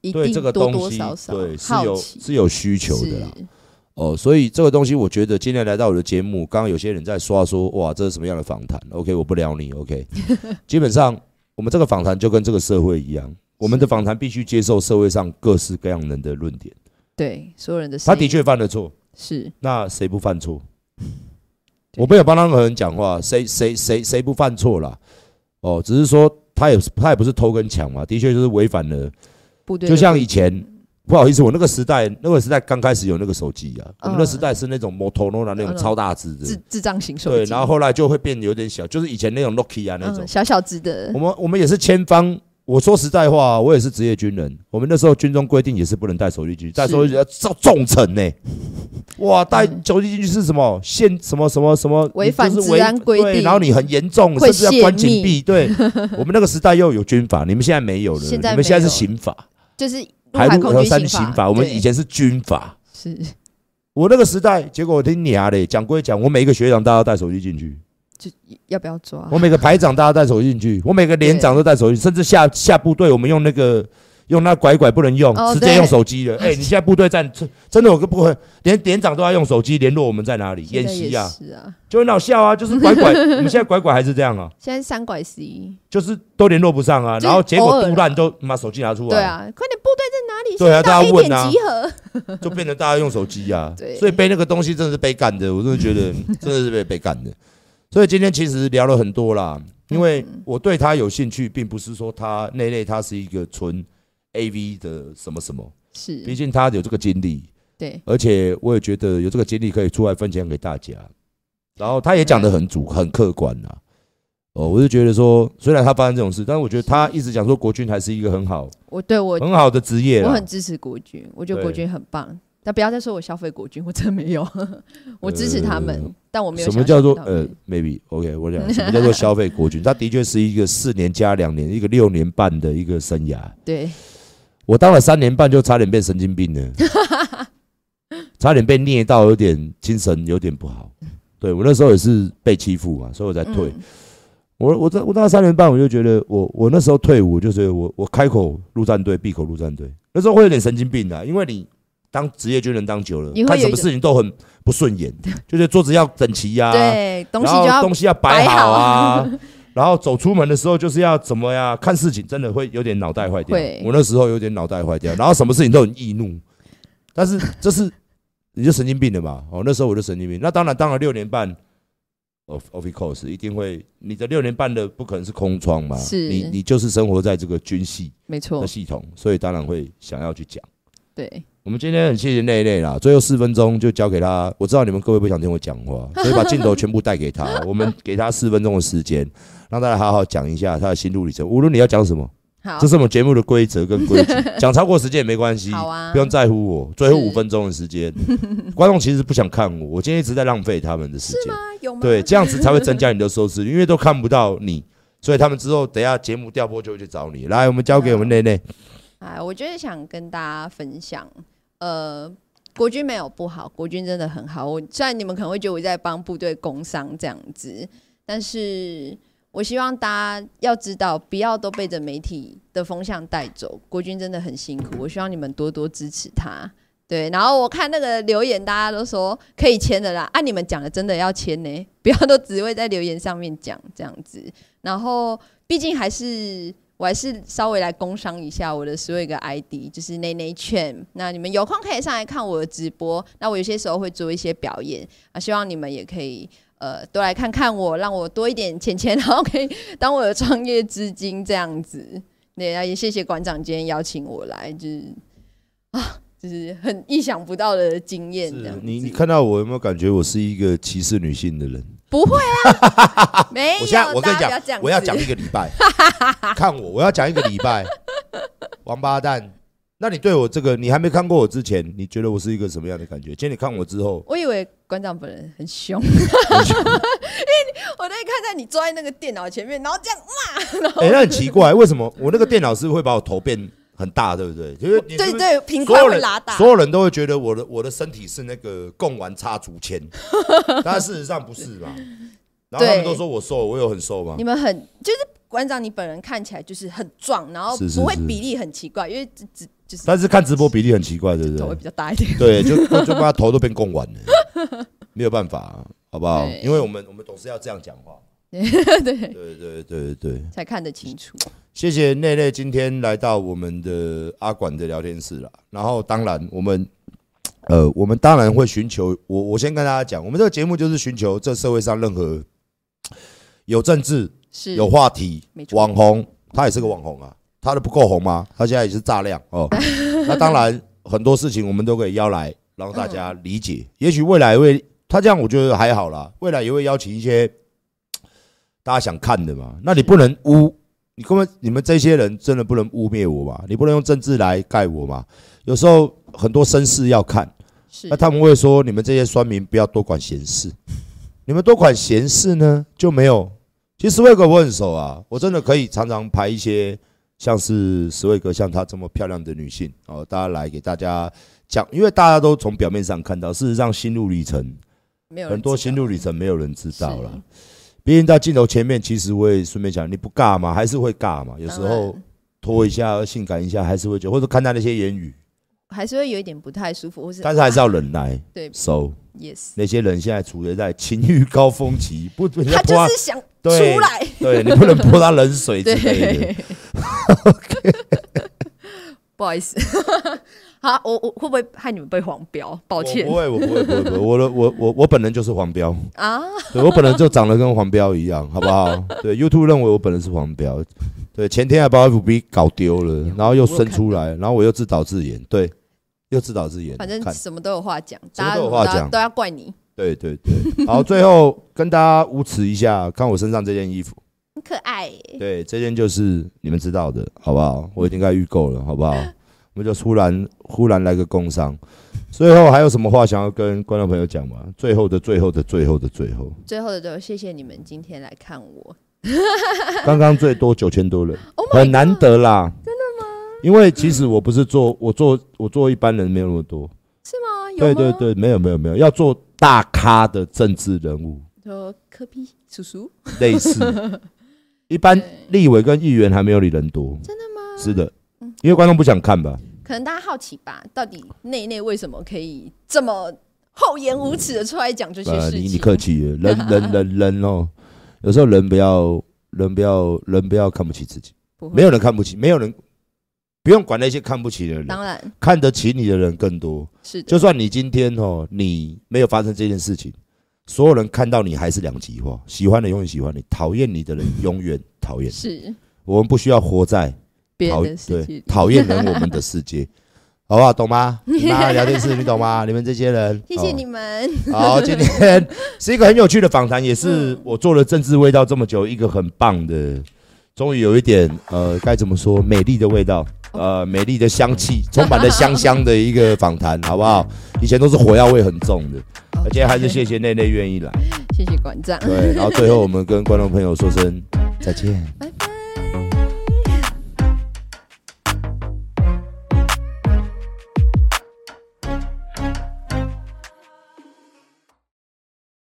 S1: 一
S2: 对这
S1: 定
S2: 个
S1: 多
S2: 东
S1: 多
S2: 西，
S1: 少少
S2: 对是
S1: 好
S2: 有
S1: 奇
S2: 是有需求的啦。
S1: 是
S2: 哦，所以这个东西，我觉得今天来到我的节目，刚刚有些人在刷说，哇，这是什么样的访谈？OK，我不聊你，OK。基本上，我们这个访谈就跟这个社会一样，我们的访谈必须接受社会上各式各样人的论点。
S1: 对所有人的声
S2: 他
S1: 音，
S2: 的确犯了错，
S1: 是
S2: 那谁不犯错？
S1: 对
S2: 我没有帮任何人讲话，谁谁谁谁不犯错啦？哦，只是说他也是他也不是偷跟抢嘛，的确就是违反了。
S1: 部队
S2: 就
S1: 的
S2: 像以前，不好意思，我那个时代，那个时代刚开始有那个手机啊，我们那
S1: 嗯
S2: 时代是那种 Motorola 那种
S1: 嗯
S2: 超大只的
S1: 智，智障型手
S2: 对，
S1: 机
S2: 然后后来就会变有点小，就是以前那种 Nokia 那种
S1: 嗯，。小小只的
S2: 我，们我们也是千方。我说实在话，啊我也是职业军人。我们那时候军中规定也是不能带手机进去，带手机要造重惩 呢、哇，带
S1: 嗯
S2: 手机进去是什么？限什么什么什么？
S1: 违反
S2: 就是
S1: 治安规定
S2: 对然后你很严重，
S1: 会
S2: 甚至要关禁
S1: 泄密
S2: 闭。 对，我们那个时代又有军法，你们现在没有了，
S1: 现在
S2: 你们现在
S1: 没
S2: 是
S1: 有
S2: 刑法。
S1: 就是陆
S2: 海
S1: 海
S2: 陆
S1: 空
S2: 和
S1: 军
S2: 三
S1: 刑
S2: 刑法，我们
S1: 对
S2: 以前是军法。
S1: 是
S2: 我那个时代，结果我听你啊嘞，讲归讲，我每一个学长大家都带手机进去，
S1: 要不要抓
S2: 我？每个排长大家带手机进去，我每个连长都带手机，甚至下下部队我们用那个用那拐拐不能用，
S1: 哦
S2: 直接用手机了。哎、你现在部队在真真的有个部分连连长都要用手机联络我们在哪里
S1: 现
S2: 演
S1: 在也
S2: 习啊，
S1: 是啊，
S2: 就很好笑啊，就是拐拐，你们现在拐拐还是这样啊，
S1: 现在三拐十一，
S2: 就是都联络不上 啊，
S1: 就是
S2: 然后结
S1: 偶
S2: 果
S1: 尔
S2: 杜烂都妈手机拿出来，
S1: 对啊，快点部队在哪里？
S2: 对啊
S1: 先到
S2: 大家
S1: A
S2: 问
S1: 点
S2: 啊
S1: 集合，
S2: 就变成大家用手机啊
S1: 对，
S2: 所以被那个东西真的是被干的，我真的 觉得真的是被被干的。所以今天其实聊了很多啦，因为
S1: 嗯
S2: 我对他有兴趣，并不是说他那类他是一个纯 A V 的什么什么，毕
S1: 是，
S2: 竟他有这个经历，
S1: 对，
S2: 而且我也觉得有这个经历可以出来分享给大家。然后他也讲得很主很客观啦，哦，我是觉得说，虽然他发生这种事，但是我觉得他一直讲说国军还是一个很好
S1: 我对我
S2: 很好的职业
S1: 我
S2: 啦
S1: 很。支持国军，我觉得国
S2: 对
S1: 军很棒。但不要再说我消费国军，我真的没有， 我支持他们，
S2: 呃
S1: 但我没有
S2: 什
S1: 想
S2: 么叫做
S1: 象到
S2: 呃，maybe OK？我讲什么叫做消 费国军？它的确是一个四年加两年，一个六年半的一个生涯。
S1: 对，
S2: 我当了三年半，就差点变神经病了，差点被虐到，有点精神有点不好。对我那时候也是被欺负嘛，所以我才呃退。
S1: 嗯
S2: 我我当我当了三年半，我就觉得我我那时候退伍，我就觉得我我开口陆战队，闭口陆战队。那时候会有点神经病啊的，因为你当职业军人当久了
S1: 你，会
S2: 看
S1: 有
S2: 什
S1: 一
S2: 么
S1: 种
S2: 事情都很不 顺眼，就是桌子要整齐呀、
S1: 对，东西
S2: 啊然
S1: 就
S2: 后
S1: 要
S2: 东西要摆好
S1: 摆
S2: 啊。 然后走出门的时候就是要怎么呀？看事情真的会有点脑袋坏掉
S1: 会。
S2: 我那时候有点脑袋坏掉，然后什么事情都很易怒，但是这是你就神经病了嘛？哦，那时候我就神经病。那当然，当然六年半，of of course 一定会，你的六年半的不可能是空窗嘛，
S1: 是
S2: 你你就是生活在这个军系
S1: 没错
S2: 的，系统，所以当然会想要去讲。
S1: 对，
S2: 我们今天很谢谢内内啦，最后四分钟就交给他。我知道你们各位不想听我讲话，所以把镜头全部带给 他。我们给他四分钟的时间，让大家好好讲一下他的心路历程。无论你要讲什么，
S1: 好
S2: 这，是我们节目的规则跟规矩。 讲超过时间也没关系，
S1: 好啊
S2: 不用在乎我。最后
S1: 是
S2: 五分钟的时间， 观众其实不想看我，我今天一直在浪费他们的时间。
S1: 啊有吗？
S2: 对，这样子才会增加你的收视率，因为都看不到你，所以他们之后等一下节目调播就会去找你。来，我们交给我们内内。
S1: 哎，我觉得想跟大家分享，呃，国军没有不好，国军真的很好。我虽然你们可能会觉得我在帮部队工伤这样子，但是我希望大家要知道，不要都被着媒体的风向带走。国军真的很辛苦，我希望你们多多支持他。对，然后我看那个留言，大家都说可以签的啦。啊按、你们讲的，真的要签呢， 不要都只会在留言上面讲这样子。然后，毕竟还是我还是稍微来工商一下我的所有一个 ID，就是内内券。那你们有空可以上来看我的直播，那我有些时候会做一些表演啊，希望你们也可以呃多来看看我，让我多一点钱钱，然后可以当我的创业资金这样子。对啊，也谢谢馆长今天邀请我来，就是啊，就是很意想不到的经验这样子。
S2: 你你看到我有没有感觉我是一个歧视女性的人？
S1: 不会啊，没有。
S2: 我现在我跟你
S1: 大家不
S2: 讲，我要讲
S1: 这样
S2: 一个礼 拜，看我，我要讲一个礼拜，王八蛋！那你对我这个，你还没看过我之前，你觉得我是一个什么样的感觉？今天你看我之后
S1: 子，我以为馆长本人很凶。我在看在你坐在那个电脑前面，然后这样，
S2: 哎、那很奇怪，为什么我那个电脑是会把我头变很大，对不对？因为你
S1: 对
S2: 是不是
S1: 对，平
S2: 所
S1: 块
S2: 有
S1: 会
S2: 人
S1: 拉大
S2: 所，有人都会觉得我的我的身体是那个贡丸插竹签， 但事实上不是嘛。然后他们
S1: 对
S2: 都说我瘦，我有很瘦吗
S1: 你？们很就是馆长，你本人看起来就是很壮，然后
S2: 是是
S1: 不会
S2: 是
S1: 比例很奇怪，因为只只就是
S2: 但是看直播比例很奇怪，对不对
S1: 头会？比较大一点。
S2: 对，就 就就把他头都变供完了，没有办法，好不好
S1: 对？
S2: 因为我们我们总是要这样讲话。
S1: 对，
S2: 对对对对，
S1: 才看得清楚。
S2: 谢谢内内今天来到我们的阿管的聊天室了。然后当然我们。呃，我们当然会寻求我，我先跟大家讲，我们这个节目就是寻求这社会上任何有政治、
S1: 是
S2: 有话题
S1: 没，错
S2: 网红，他也是个网红啊，他的不够红吗？他现在也是炸量 哦。那当然，很多事情我们都可以邀来让大家理解。也许未来会他这样，我觉得还好啦。未来也会邀请一些嘖大家想看的嘛。那你不能污，你根本你们这些人真的不能污蔑我嘛，你不能用政治来盖我嘛。有时候很多绅士要看，
S1: 是
S2: 那他们会说，你们这些酸民不要多管闲事， 你们多管闲事呢就没有。其实史威格我很熟啊，我真的可以常常排一些像是史威格像她这么漂亮的女性哦，大家来给大家讲，因为大家都从表面上看到，事实上心路历程
S1: 没有人
S2: 很多
S1: 知
S2: 心
S1: 道
S2: 路历程没有人知道啦
S1: 是。
S2: 毕竟到镜头前面，其实我也顺便讲，你不尬嘛，还是会尬嘛，有时
S1: 当然
S2: 候拖一下、性感一下，还是会觉得，或者看他那些言语，
S1: 还是会有一点不太舒服，或是
S2: 但是还是要忍耐
S1: 对
S2: 收。
S1: yes，
S2: 那些人现在处于在情欲高 峰期，不， 人家
S1: 他
S2: 泼
S1: 就是想出来，
S2: 对你不能泼他冷水之类的。
S1: 对 不好意思， 好，我我会不会害你们被黄标？抱歉
S2: 我不会，我不会，不会，不会，我的我我我本人就是黄标，
S1: 啊，
S2: 对我本人就长得跟黄标一样，好不好？对，YouTube 认为我本人是黄标，对，前天还把 FB 搞丢了，然后又生出来，然后我又自导自演，对，又自导自演，
S1: 反正
S2: 看
S1: 什么都有话讲，
S2: 什么
S1: 大家
S2: 都有话
S1: 大家
S2: 讲
S1: 都要怪你，
S2: 对对对。好，最后跟大家无耻一下，看我身上这件衣服。
S1: 很可爱耶。
S2: 对，这件就是你们知道的，好不好？我已经该预购了，好不 好？我们就忽然忽然来个工伤。最后还有什么话想要跟观众朋友讲吗？最后的最后的最后的最后，
S1: 最后的最后，谢谢你们今天来看我，哦
S2: 刚刚最多九千多人，很难得啦。真的吗？因为其实我不是做，我做我做一般人没有那么多。
S1: 是吗？有
S2: 对
S1: 吗？
S2: 对对，没有没有没有，要做大咖的政治人物，
S1: 说科比叔叔，
S2: 类 似。一般立委跟议员还没有你人多。
S1: 真的吗？
S2: 是的，嗯因为观众不想看吧？
S1: 可能大家好奇吧，到底内内为什么可以这么厚颜无耻的出来讲这些
S2: 呃，
S1: 事情？
S2: 你你客气 了，人人人人哦，有时候人不要人不要人不要看不起自己，
S1: 不会
S2: 没有人看不起，没有人不用管那些看不起的人，
S1: 当然
S2: 看得起你的人更多。
S1: 是的，
S2: 就算你今天哦，你没有发生这件事情，所有人看到你还是两极化，喜欢的永远喜欢你，讨厌你的人永远讨厌。
S1: 是
S2: 我们不需要活在
S1: 别
S2: 讨
S1: 人的世界
S2: 对。讨厌人我们的世界，好不好？懂吗？那聊天室你懂吗？你们这些人，
S1: 谢谢
S2: 哦
S1: 你们，
S2: 好，今天是一个很有趣的访谈，也是我做了政治味道这么久，一个很棒的，终于有一点呃，该怎么说，美丽的味道，呃，美丽的香气，充满了香香的一个访谈，好不好？以前都是火药味很重的，而且还是谢谢内内愿意来。
S1: 谢谢馆长，
S2: 对，然后最后我们跟观众朋友说声再见。